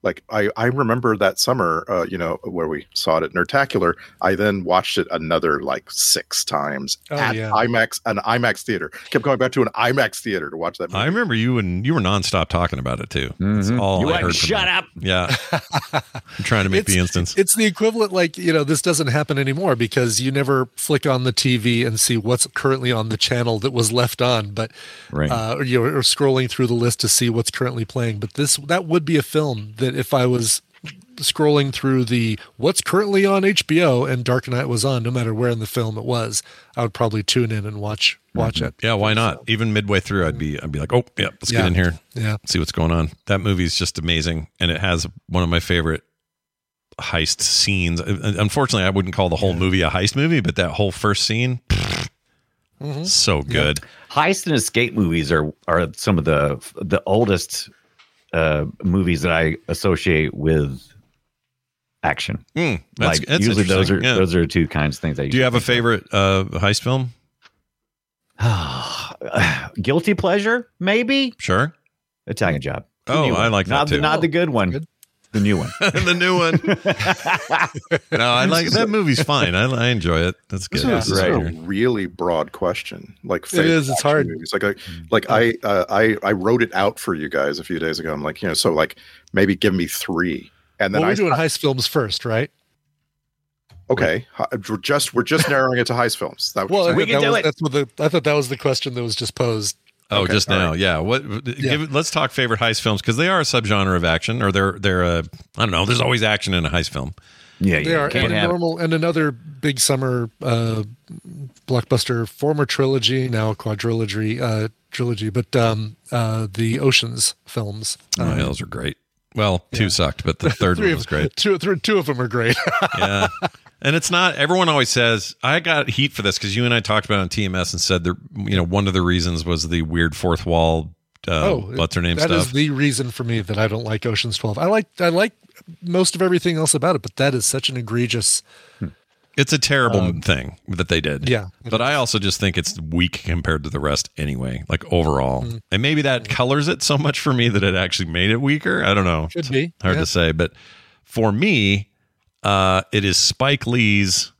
[SPEAKER 5] like I, I remember that summer uh, you know where we saw it at Nertacular I then watched it another like six times
[SPEAKER 6] Oh,
[SPEAKER 5] at
[SPEAKER 6] yeah.
[SPEAKER 5] IMAX an IMAX theater kept going back to an IMAX theater to watch that movie
[SPEAKER 3] I remember you and you were nonstop talking about it too. That's
[SPEAKER 1] Mhm.
[SPEAKER 3] all
[SPEAKER 7] You
[SPEAKER 3] I
[SPEAKER 7] like,
[SPEAKER 3] heard.
[SPEAKER 7] "Shut
[SPEAKER 3] up. Yeah. I'm trying to make the instance.
[SPEAKER 6] It's the equivalent, like, you know, this doesn't happen anymore because you never flick on the TV and see what's currently on the channel that was left on, but
[SPEAKER 1] Right.
[SPEAKER 6] uh, or you're or scrolling through the list to see what's currently playing. But this that would be a film that if I was scrolling through the what's currently on HBO and Dark Knight was on, no matter where in the film it was, I would probably tune in and watch watch
[SPEAKER 5] Mm-hmm.
[SPEAKER 6] it.
[SPEAKER 3] yeah, why not? Even midway through, I'd be I'd be like, oh yeah, let's get
[SPEAKER 6] Yeah.
[SPEAKER 3] in here,
[SPEAKER 6] Yeah.
[SPEAKER 3] see what's going on. That movie's just amazing, and it has one of my favorite heist scenes. Uh, Unfortunately, I wouldn't call the whole movie a heist movie, but that whole first scene,
[SPEAKER 1] Mm-hmm.
[SPEAKER 3] so good.
[SPEAKER 1] heist and escape movies are are some of the the oldest uh, movies that I associate with action.
[SPEAKER 3] Mm, that's,
[SPEAKER 1] like
[SPEAKER 3] that's
[SPEAKER 1] usually those are
[SPEAKER 3] interesting. Yeah.
[SPEAKER 1] those are two kinds of things. I
[SPEAKER 3] Do you have a favorite uh, heist film?
[SPEAKER 1] have guilty pleasure? Maybe
[SPEAKER 3] Sure.
[SPEAKER 1] Italian Job. The
[SPEAKER 3] Oh,
[SPEAKER 1] new
[SPEAKER 3] I
[SPEAKER 1] one.
[SPEAKER 3] like that
[SPEAKER 1] not the,
[SPEAKER 3] too.
[SPEAKER 1] not the good one,
[SPEAKER 6] Good.
[SPEAKER 1] the new one.
[SPEAKER 3] the new one. no, I like that movie's fine. I, I enjoy it. That's good.
[SPEAKER 5] This is, this is
[SPEAKER 1] Right.
[SPEAKER 5] a really broad question. Like
[SPEAKER 6] It is, it's
[SPEAKER 5] action
[SPEAKER 6] hard.
[SPEAKER 5] Movies. Like, I,
[SPEAKER 3] Mm-hmm.
[SPEAKER 5] like I, uh, I, I wrote it out for you guys a few days ago. I'm like, you know, so like maybe give me three, and then
[SPEAKER 6] Well,
[SPEAKER 5] I
[SPEAKER 6] we're doing heist films first, right?
[SPEAKER 5] okay, hi- we're just we're just narrowing it to heist films. That
[SPEAKER 6] Well, I
[SPEAKER 1] We
[SPEAKER 6] thought
[SPEAKER 1] can
[SPEAKER 6] that
[SPEAKER 1] do
[SPEAKER 6] was,
[SPEAKER 1] it.
[SPEAKER 6] That's what the, I thought that was the question that was just posed.
[SPEAKER 3] Oh,
[SPEAKER 5] Okay,
[SPEAKER 3] just
[SPEAKER 5] all
[SPEAKER 3] now, yeah. What? Give, let's talk favorite heist films because they are a subgenre of action, or they're they're uh, I don't know. There's always action in a heist film.
[SPEAKER 1] Yeah,
[SPEAKER 6] They
[SPEAKER 1] yeah,
[SPEAKER 6] are
[SPEAKER 1] can't
[SPEAKER 6] and a
[SPEAKER 1] have it.
[SPEAKER 6] normal and another big summer uh, blockbuster, former trilogy, now quadrilogy, uh, trilogy, but um, uh, the Oceans films.
[SPEAKER 3] Oh, yeah, those are great. Well, two sucked, but the third one
[SPEAKER 6] Three
[SPEAKER 3] was
[SPEAKER 6] of
[SPEAKER 3] great. Oh,
[SPEAKER 6] two, three, two of them are great.
[SPEAKER 3] Yeah, and it's not. Everyone always says I got heat for this because you and I talked about it on TMS and said there. You know, one of the reasons was the weird fourth wall. Uh, what's her name
[SPEAKER 6] Oh, That
[SPEAKER 3] stuff?
[SPEAKER 6] is the reason for me that I don't like Oceans Twelve. I like I like most of everything else about it, but that is such an egregious.
[SPEAKER 3] It's a terrible thing that they did.
[SPEAKER 6] Um, Yeah.
[SPEAKER 3] But I also just think it's weak compared to the rest anyway, like overall.
[SPEAKER 6] Mm-hmm.
[SPEAKER 3] And maybe that colors it so much for me that it actually made it weaker. I don't know.
[SPEAKER 6] Could be,
[SPEAKER 3] It's Hard
[SPEAKER 6] yeah.
[SPEAKER 3] to say. But for me, uh, it is Spike Lee's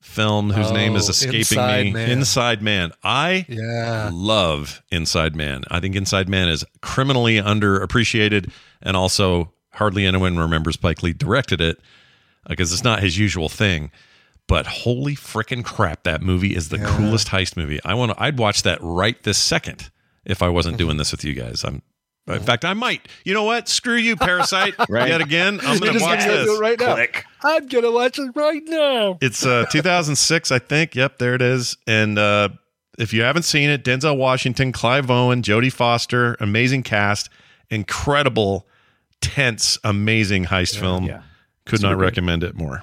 [SPEAKER 3] film whose name is
[SPEAKER 6] Oh,
[SPEAKER 3] escaping
[SPEAKER 6] Inside
[SPEAKER 3] me
[SPEAKER 6] Man.
[SPEAKER 3] Inside Man. I
[SPEAKER 6] Yeah,
[SPEAKER 3] love Inside Man. I think Inside Man is criminally underappreciated, and also hardly anyone remembers Spike Lee directed it because it's not his usual thing. But holy frickin' crap, that movie is the coolest heist movie. I want to. I'd watch that right this second if I wasn't doing this with you guys. I'm. In fact, I might. You know what? Screw you, Parasite.
[SPEAKER 1] Right.
[SPEAKER 3] Yet again, I'm
[SPEAKER 6] You're
[SPEAKER 3] going to
[SPEAKER 6] just
[SPEAKER 3] watch
[SPEAKER 6] gonna
[SPEAKER 3] this.
[SPEAKER 6] do it right now.
[SPEAKER 1] Click.
[SPEAKER 6] I'm gonna watch it right now.
[SPEAKER 3] It's uh 2006, I think. Yep, there it is. And uh if you haven't seen it, Denzel Washington, Clive Owen, Jodie Foster, amazing cast, incredible, tense, amazing heist film.
[SPEAKER 1] yeah.
[SPEAKER 3] Could not recommend it more.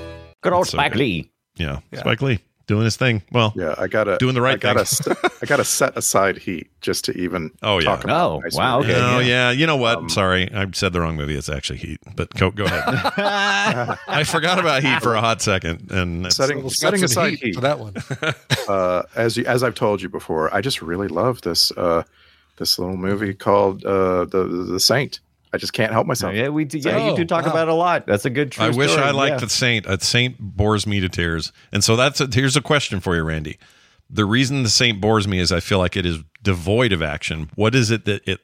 [SPEAKER 1] Good old
[SPEAKER 3] So
[SPEAKER 1] Spike
[SPEAKER 3] good.
[SPEAKER 1] Lee.
[SPEAKER 3] Yeah.
[SPEAKER 5] Yeah.
[SPEAKER 3] Spike Lee doing his thing. Well,
[SPEAKER 5] Yeah, I gotta
[SPEAKER 3] Doing the right
[SPEAKER 5] I gotta,
[SPEAKER 3] thing.
[SPEAKER 5] st- I gotta set aside heat just to even.
[SPEAKER 3] Oh, yeah.
[SPEAKER 5] Talk about
[SPEAKER 1] Oh,
[SPEAKER 5] the nice
[SPEAKER 1] wow,
[SPEAKER 5] movie.
[SPEAKER 1] okay.
[SPEAKER 3] oh yeah. You know what?
[SPEAKER 5] Um,
[SPEAKER 3] Sorry, I said the wrong movie. It's actually Heat. But go, go ahead. I forgot about Heat for a hot second, and it's-
[SPEAKER 5] Setting setting
[SPEAKER 6] That's some
[SPEAKER 5] aside heat.
[SPEAKER 6] for that one.
[SPEAKER 5] uh, as you, as I've told you before, I just really love this uh, this little movie called uh, the the Saint. I just can't help myself.
[SPEAKER 1] Yeah, we do. Yeah,
[SPEAKER 6] Oh,
[SPEAKER 1] you do talk
[SPEAKER 6] wow.
[SPEAKER 1] about it a lot. That's a good. True
[SPEAKER 3] I wish
[SPEAKER 1] story,
[SPEAKER 3] I liked
[SPEAKER 1] yeah.
[SPEAKER 3] the Saint. Uh, Saint bores me to tears, and so that's a, here's a question for you, Randy. The reason the Saint bores me is I feel like it is devoid of action. What is it that it?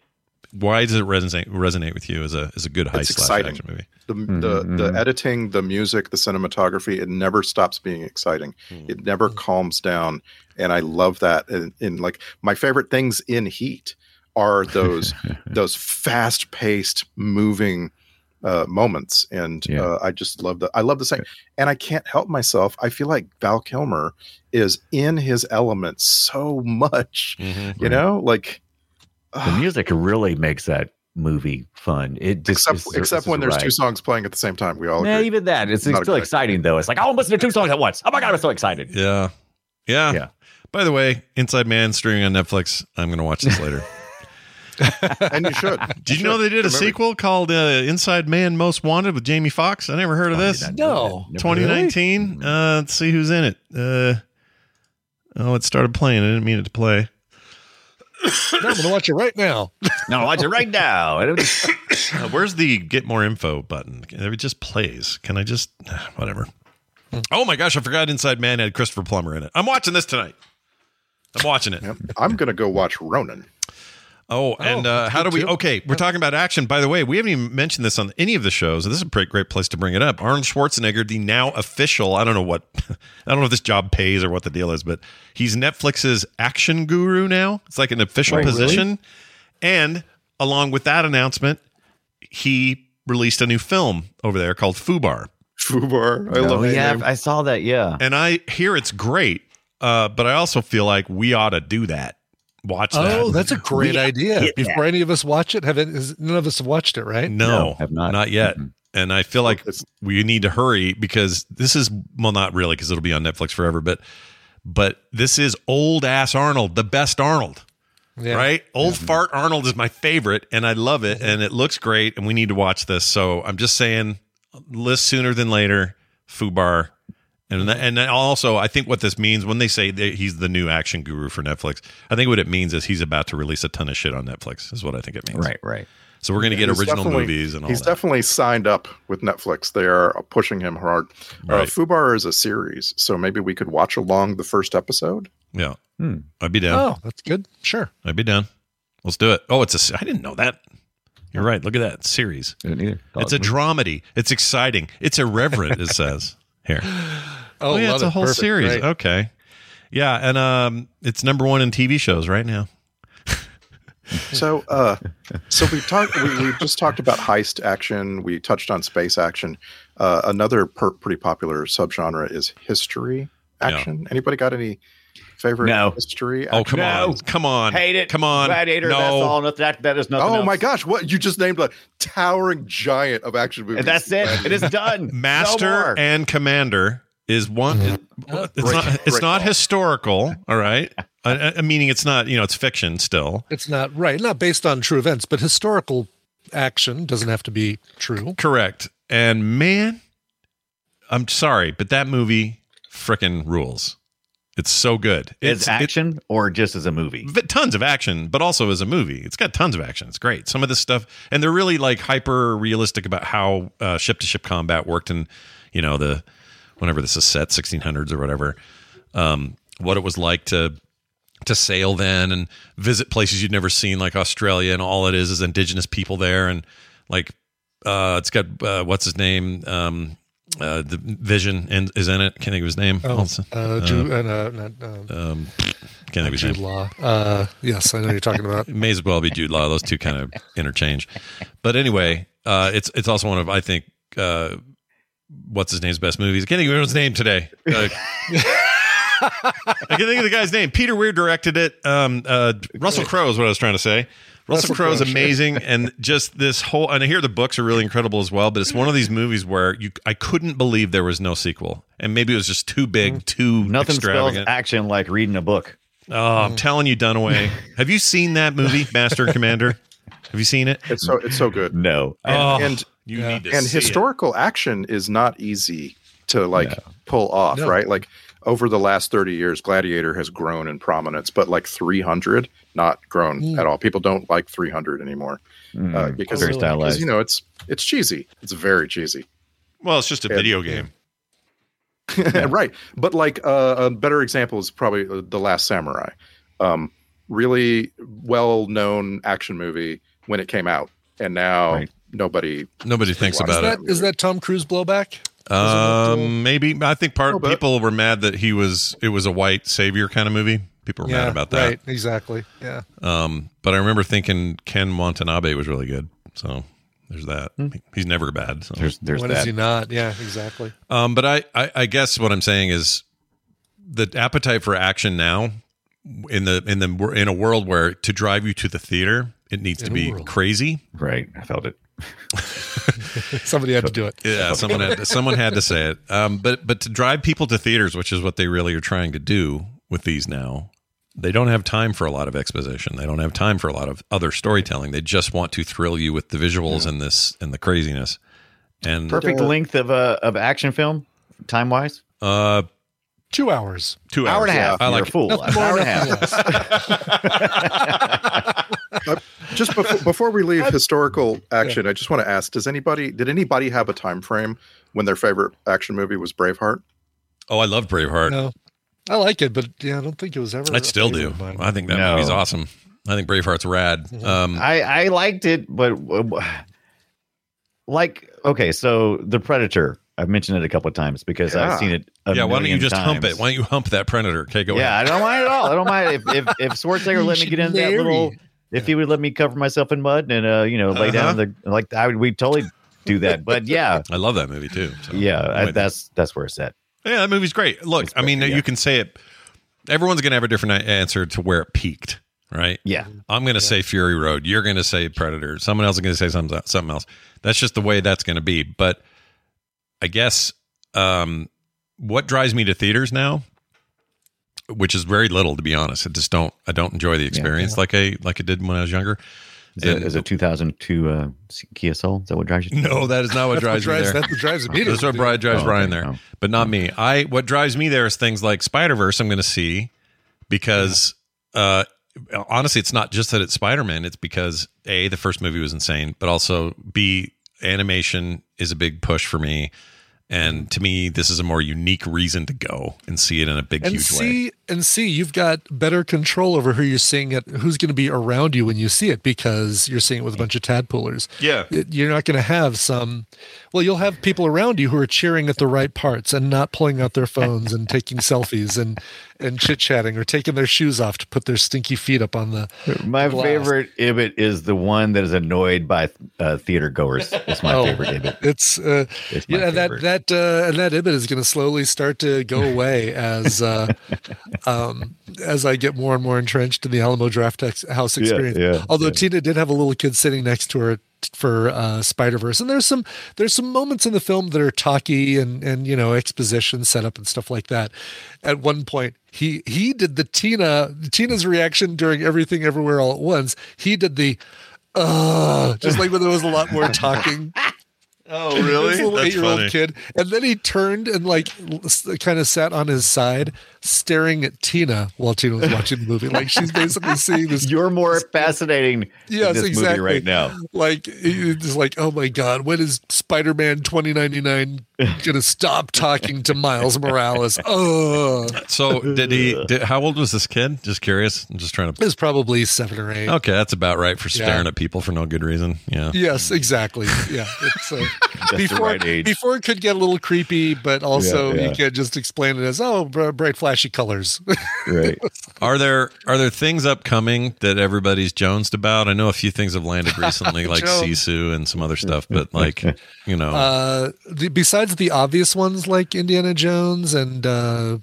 [SPEAKER 3] Why does it resonate resonate with you as a as a good heist
[SPEAKER 5] It's
[SPEAKER 3] slash
[SPEAKER 5] exciting.
[SPEAKER 3] action movie?
[SPEAKER 5] The,
[SPEAKER 1] Mm-hmm,
[SPEAKER 5] the the editing, the music, the cinematography, it never stops being exciting.
[SPEAKER 1] Mm-hmm.
[SPEAKER 5] It never calms down, and I love that. And, and like my favorite things in Heat are those those fast paced, moving uh, moments, and
[SPEAKER 1] Yeah.
[SPEAKER 5] uh, I just love the I love the same. And I can't help myself. I feel like Val Kilmer is in his element so much. You know, like
[SPEAKER 1] The
[SPEAKER 5] Ah.
[SPEAKER 1] music really makes that movie fun. It just
[SPEAKER 5] except
[SPEAKER 1] it's-
[SPEAKER 5] except
[SPEAKER 1] it's
[SPEAKER 5] when there's two
[SPEAKER 1] right.
[SPEAKER 5] songs playing at the same time. We all
[SPEAKER 1] Nah,
[SPEAKER 5] agree.
[SPEAKER 1] even that it's, it's
[SPEAKER 5] Not
[SPEAKER 1] still
[SPEAKER 5] exactly.
[SPEAKER 1] exciting though. It's like I want to listen to two songs at once. Oh my god, I'm so excited.
[SPEAKER 3] Yeah. Yeah.
[SPEAKER 1] Yeah.
[SPEAKER 3] By the way, Inside Man streaming on Netflix. I'm going to watch this later.
[SPEAKER 5] and you should.
[SPEAKER 3] Did you know they did
[SPEAKER 5] Remember-
[SPEAKER 3] a sequel called uh, Inside Man Most Wanted with Jamie Foxx? I never heard of this.
[SPEAKER 2] No.
[SPEAKER 3] 2019. Uh, let's see who's in it. Uh, oh, it started playing. I didn't mean it to play.
[SPEAKER 6] I'm going to watch it right now.
[SPEAKER 1] No, watch it right now. It'll be-
[SPEAKER 3] Uh, where's the get more info button? It just plays. Can I just whatever? Oh my gosh, I forgot Inside Man had Christopher Plummer in it. I'm watching this tonight. I'm watching it.
[SPEAKER 5] Yep. I'm gonna go watch Ronan.
[SPEAKER 3] Oh, and uh, how do we?
[SPEAKER 6] too.
[SPEAKER 3] Okay, we're talking about action. By the way, we haven't even mentioned this on any of the shows. and This is a pretty great place to bring it up. Arnold Schwarzenegger, the now official, I don't know what, I don't know if this job pays or what the deal is, but he's Netflix's action guru now. It's like an official position. And along with that announcement, he released a new film over there called Fubar.
[SPEAKER 5] Fubar. I
[SPEAKER 1] oh
[SPEAKER 5] love
[SPEAKER 1] yeah,
[SPEAKER 5] that. name.
[SPEAKER 1] I saw that.
[SPEAKER 6] Ah.
[SPEAKER 1] Yeah,
[SPEAKER 3] And I hear it's great, uh, but I also feel like we ought to do that. Watch that.
[SPEAKER 6] Oh, that's a great idea.
[SPEAKER 1] get
[SPEAKER 6] Before any of us watch it, have it, has, none of us have watched it, right?
[SPEAKER 3] No,
[SPEAKER 1] No, have not.
[SPEAKER 3] Not yet.
[SPEAKER 1] Mhm.
[SPEAKER 3] And I feel like
[SPEAKER 5] It's-
[SPEAKER 3] we need to hurry because this is well, not really, because it'll be on Netflix forever. But but this is old ass Arnold, the best Arnold,
[SPEAKER 6] Yeah.
[SPEAKER 3] right? Old
[SPEAKER 1] Mm-hmm.
[SPEAKER 3] fart Arnold is my favorite, and I love it, and it looks great, and we need to watch this. So I'm just saying, list sooner than later, Fubar. And, and
[SPEAKER 1] Mm-hmm.
[SPEAKER 3] then also, I think what this means when they say that he's the new action guru for Netflix, I think what it means is he's about to release a ton of shit on Netflix. Is what I think it means.
[SPEAKER 1] right, right.
[SPEAKER 3] So we're gonna get
[SPEAKER 5] He's
[SPEAKER 3] original
[SPEAKER 5] definitely-
[SPEAKER 3] movies and all
[SPEAKER 5] He's
[SPEAKER 3] that.
[SPEAKER 5] definitely signed up with Netflix. They are pushing him hard. Uh,
[SPEAKER 3] Right.
[SPEAKER 5] Fubar is a series, so maybe we could watch along the first episode.
[SPEAKER 3] Yeah.
[SPEAKER 1] Hmm.
[SPEAKER 3] I'd be down.
[SPEAKER 6] Oh, that's good. Sure.
[SPEAKER 3] I'd be down. Let's do it. Oh, it's a. I didn't know that. You're right. Look at that series.
[SPEAKER 1] Didn't either. Thought
[SPEAKER 3] It's a
[SPEAKER 1] it was-
[SPEAKER 3] dramedy. It's exciting. It's irreverent. it says here.
[SPEAKER 6] Oh,
[SPEAKER 3] yeah,
[SPEAKER 6] love
[SPEAKER 3] it's a
[SPEAKER 6] it.
[SPEAKER 3] whole
[SPEAKER 6] Perfect.
[SPEAKER 3] series. Oh.
[SPEAKER 6] Great.
[SPEAKER 3] Okay. Yeah, and um, it's number one in TV shows right now.
[SPEAKER 5] So, uh, so we've talked. We, we've just talked about heist action. We touched on space action. Uh, another per- pretty popular subgenre is history action. Anybody got any favorite
[SPEAKER 1] No.
[SPEAKER 5] history?
[SPEAKER 3] Oh,
[SPEAKER 5] action?
[SPEAKER 3] come on, come on,
[SPEAKER 1] Hate it.
[SPEAKER 3] come on,
[SPEAKER 1] Gladiator.
[SPEAKER 3] no,
[SPEAKER 1] That's all. Nothing, that, that is nothing.
[SPEAKER 5] Oh
[SPEAKER 1] else.
[SPEAKER 5] my gosh! What you just named a towering giant of action movies.
[SPEAKER 1] And that's it. It is done. No
[SPEAKER 3] Master
[SPEAKER 1] more.
[SPEAKER 3] and Commander is one. is-
[SPEAKER 1] Mm-hmm.
[SPEAKER 3] it's not. It's
[SPEAKER 5] Great
[SPEAKER 3] not
[SPEAKER 5] call.
[SPEAKER 3] historical. All right. I, I, meaning it's not. You know, it's fiction still.
[SPEAKER 6] It's not right. Not based on true events, but historical action doesn't have to be true.
[SPEAKER 3] Correct. And man, I'm sorry, but that movie frickin' rules. It's so good.
[SPEAKER 1] Is
[SPEAKER 3] It's it-
[SPEAKER 1] action or just as a movie?
[SPEAKER 3] but tons of action, but also as a movie. It's got tons of action. It's great. Some of this stuff, and they're really like hyper realistic about how ship to ship combat worked in, you know, the whenever this is set, 1600s or whatever. Um, what it was like to to sail then and visit places you'd never seen, like Australia, and all it is is indigenous people there, and like uh, it's got uh, what's his name, um, uh, the Vision and is in it. Can't think of his name.
[SPEAKER 6] Oh,
[SPEAKER 3] also.
[SPEAKER 6] uh, Ju- uh, no, not, um,
[SPEAKER 3] um, can't think of his
[SPEAKER 6] Jude
[SPEAKER 3] name.
[SPEAKER 6] Law. Uh, yes, I know you're talking about.
[SPEAKER 3] It may as well be Jude Law. Those two kind of interchange. But anyway, uh, it's it's also one of I think uh, what's his name's best movies. I can't think of anyone's name today. Uh, I can think of the guy's name. Peter Weir directed it. Um, uh, Russell Crowe is what I was trying to say. Russell,
[SPEAKER 6] Russell
[SPEAKER 3] Crowe is
[SPEAKER 6] Crowe, sure.
[SPEAKER 3] amazing, and just this whole. And I hear the books are really incredible as well. But it's one of these movies where you, I couldn't believe there was no sequel, and maybe it was just too big, too
[SPEAKER 1] Nothing spells
[SPEAKER 3] Mm, extravagant.
[SPEAKER 1] action like reading a book.
[SPEAKER 3] Oh, I'm telling you, Dunaway. Have you seen that movie, Master and Commander? Have you seen it?
[SPEAKER 5] It's so it's so good.
[SPEAKER 1] No.
[SPEAKER 3] oh,
[SPEAKER 5] and-
[SPEAKER 3] you
[SPEAKER 6] yeah.
[SPEAKER 3] need to
[SPEAKER 5] and
[SPEAKER 3] see it.
[SPEAKER 5] historical action is not easy to like pull off,
[SPEAKER 6] No.
[SPEAKER 5] right? Like over the last 30 years, Gladiator has grown in prominence, but like 300, not grown at all. People don't like 300 anymore
[SPEAKER 1] Mm,
[SPEAKER 5] uh, because,
[SPEAKER 1] very
[SPEAKER 5] because
[SPEAKER 1] stylized.
[SPEAKER 5] you know it's it's cheesy. It's very cheesy,
[SPEAKER 3] Well, it's just a
[SPEAKER 5] Yeah.
[SPEAKER 3] video game.
[SPEAKER 5] right? But like uh, a better example is probably uh, the Last Samurai, um, really well known action movie when it came out, and now
[SPEAKER 1] Right.
[SPEAKER 5] nobody
[SPEAKER 3] Nobody thinks
[SPEAKER 5] Watch
[SPEAKER 3] about
[SPEAKER 6] That
[SPEAKER 3] it.
[SPEAKER 6] is that Tom Cruise blowback?
[SPEAKER 3] Um, maybe I think part
[SPEAKER 5] little bit.
[SPEAKER 3] people were mad that he was. It was a white savior kind of movie. People were mad about that.
[SPEAKER 6] Right, exactly. Yeah.
[SPEAKER 3] Um, but I remember thinking Ken Watanabe was really good. So there's that. He's never bad. so.
[SPEAKER 1] There's there's
[SPEAKER 6] When is
[SPEAKER 1] that.
[SPEAKER 6] he not? Yeah, exactly.
[SPEAKER 3] Um, but I, I, I guess what I'm saying is the appetite for action now in the in the in a world where to drive you to the theater it needs to
[SPEAKER 6] In a
[SPEAKER 3] be
[SPEAKER 6] world.
[SPEAKER 3] crazy.
[SPEAKER 1] Right. I felt it.
[SPEAKER 6] Somebody had to do it.
[SPEAKER 3] Yeah, someone had to, someone had to say it. Um, but but to drive people to theaters, which is what they really are trying to do with these now, they don't have time for a lot of exposition. They don't have time for a lot of other storytelling. They just want to thrill you with the visuals and this and the craziness. And
[SPEAKER 1] Perfect length of uh, of action film, time wise.
[SPEAKER 3] uh,
[SPEAKER 6] Two hours.
[SPEAKER 3] two hours.
[SPEAKER 1] Hour and a half.
[SPEAKER 3] I
[SPEAKER 1] you're
[SPEAKER 3] like
[SPEAKER 1] a fool. An hour and a half.
[SPEAKER 5] just before, before we leave historical action, I just want to ask: Does anybody did anybody have a time frame when their favorite action movie was Braveheart?
[SPEAKER 3] Oh, I love Braveheart.
[SPEAKER 6] No, I like it, but yeah, I don't think it was ever.
[SPEAKER 3] I still
[SPEAKER 6] a favorite
[SPEAKER 3] do.
[SPEAKER 6] of mine.
[SPEAKER 3] I think that
[SPEAKER 1] No. Mm-hmm.
[SPEAKER 3] movie's awesome. I think Braveheart's rad. Um,
[SPEAKER 1] I I liked it, but uh, like okay, so the Predator. I've mentioned it a couple of times because
[SPEAKER 5] Yeah.
[SPEAKER 1] I've seen it. A
[SPEAKER 3] yeah, why don't you
[SPEAKER 1] million
[SPEAKER 3] just hump
[SPEAKER 1] times.
[SPEAKER 3] it? Why don't you hump that predator? Okay, go
[SPEAKER 1] yeah,
[SPEAKER 3] ahead.
[SPEAKER 1] I don't mind at all. I don't mind if if, if Schwarzenegger
[SPEAKER 6] You
[SPEAKER 1] let me
[SPEAKER 6] should
[SPEAKER 1] get in that
[SPEAKER 6] marry.
[SPEAKER 1] little. If he would let me cover myself in mud and uh you know lay down
[SPEAKER 3] Uh-huh.
[SPEAKER 1] the like I would we totally do that. But yeah,
[SPEAKER 3] I love that movie too. so.
[SPEAKER 1] yeah, I,
[SPEAKER 3] Anyway,
[SPEAKER 1] that's that's where it's at.
[SPEAKER 3] yeah, that movie's great. Look, I mean,
[SPEAKER 1] yeah.
[SPEAKER 3] you can say it. Everyone's gonna have a different answer to where it peaked, right?
[SPEAKER 1] Yeah,
[SPEAKER 3] I'm gonna say Fury Road. You're gonna say Predator. Someone else is gonna say something something else. That's just the way that's gonna be. But I guess um, what drives me to theaters now, which is very little, to be honest. I just don't. I don't enjoy the experience like I like I did when I was younger.
[SPEAKER 1] is it,
[SPEAKER 3] And-
[SPEAKER 1] is it 2002 uh, Kia Soul? Is that what drives you?
[SPEAKER 3] No, that is not what drives me
[SPEAKER 6] drives
[SPEAKER 3] there.
[SPEAKER 6] that's what drives me. to
[SPEAKER 3] That's what
[SPEAKER 6] do.
[SPEAKER 3] Brian drives
[SPEAKER 1] Oh,
[SPEAKER 3] Brian
[SPEAKER 1] okay.
[SPEAKER 3] there,
[SPEAKER 1] Oh.
[SPEAKER 3] but not me. I what drives me there is things like Spider Verse. I'm going to see because uh, honestly, it's not just that it's Spider Man. It's because a the first movie was insane, but also b animation is a big push for me. And to me, this is a more unique reason to go and see it in a big,
[SPEAKER 6] and
[SPEAKER 3] huge way.
[SPEAKER 6] see and see you've got better control over who you're seeing it who's going to be around you when you see it because you're seeing it with a bunch of tadpoolers
[SPEAKER 3] Yeah.
[SPEAKER 6] It- you're not going to have some well you'll have people around you who are cheering at the right parts and not pulling out their phones and taking selfies and and chit-chatting or taking their shoes off to put their stinky feet up on the
[SPEAKER 1] My
[SPEAKER 6] Blast.
[SPEAKER 1] favorite Ibit is the one that is annoyed by uh, theater goers. It's my
[SPEAKER 6] Oh.
[SPEAKER 1] favorite Ibit.
[SPEAKER 6] it's uh
[SPEAKER 1] It's my
[SPEAKER 6] yeah that
[SPEAKER 1] favorite.
[SPEAKER 6] that uh and that ibit is going to slowly start to go away as uh um as i get more and more entrenched in the alamo draft ex- house experience
[SPEAKER 1] yeah,
[SPEAKER 6] although
[SPEAKER 1] yeah.
[SPEAKER 6] tina did have a little kid sitting next to her t- for uh spider-verse and there's some there's some moments in the film that are talky and and you know exposition setup and stuff like that at one point he he did the tina tina's reaction during everything everywhere all at once he did the uh just like when there was a lot more talking
[SPEAKER 3] Oh,
[SPEAKER 6] this little eight-year-old kid, and then he turned and like kind of sat on his side, staring at Tina while Tina was watching the movie. Like she's basically seeing this.
[SPEAKER 1] You're more fascinating
[SPEAKER 6] Yes,
[SPEAKER 1] in this
[SPEAKER 6] exactly.
[SPEAKER 1] movie right now.
[SPEAKER 6] Like it's like, oh my god, when is Spider-Man 2099 gonna stop talking to Miles Morales? Oh,
[SPEAKER 3] So did he? Did, how old was this kid? Just curious. I'm just trying to.
[SPEAKER 6] it's probably seven or eight.
[SPEAKER 3] Okay, that's about right for staring
[SPEAKER 6] Yeah.
[SPEAKER 3] at people for no good reason. Yeah.
[SPEAKER 6] Yes, exactly. Yeah, it's, uh,
[SPEAKER 1] Just
[SPEAKER 6] before,
[SPEAKER 1] the right age.
[SPEAKER 6] before it could get a little creepy, but also
[SPEAKER 1] yeah.
[SPEAKER 6] you could just explain it as oh, br- bright flashy colors.
[SPEAKER 1] right.
[SPEAKER 3] Are there are there things upcoming that everybody's jonesed about? I know a few things have landed recently, like
[SPEAKER 6] Jones.
[SPEAKER 3] Sisu and some other stuff, but like you know,
[SPEAKER 6] uh, the, besides the obvious ones like Indiana Jones and uh,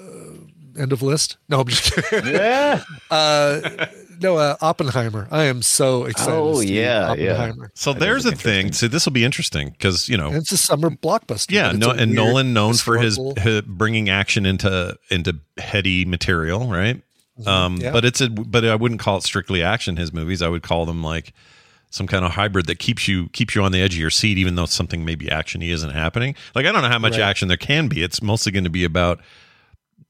[SPEAKER 6] uh, end of list. No, I'm just kidding.
[SPEAKER 1] Yeah.
[SPEAKER 6] Uh, no, uh, Oppenheimer. I am so excited. to
[SPEAKER 1] Oh,
[SPEAKER 6] see
[SPEAKER 1] yeah, yeah.
[SPEAKER 6] Oppenheimer.
[SPEAKER 3] so there's a thing. So this will be interesting because you know,
[SPEAKER 6] And it's a summer blockbuster.
[SPEAKER 3] yeah,
[SPEAKER 6] but it's
[SPEAKER 3] no,
[SPEAKER 6] a
[SPEAKER 3] and
[SPEAKER 6] weird
[SPEAKER 3] Nolan known for his,
[SPEAKER 6] historical-
[SPEAKER 3] hi- bringing action into into heady material, right? Um,
[SPEAKER 6] Mm-hmm. Yeah.
[SPEAKER 3] But it's a but I wouldn't call it strictly action. His movies, I would call them like some kind of hybrid that keeps you keeps you on the edge of your seat, even though something maybe actiony isn't happening. Like I don't know how much
[SPEAKER 6] Right.
[SPEAKER 3] action there can be. It's mostly going to be about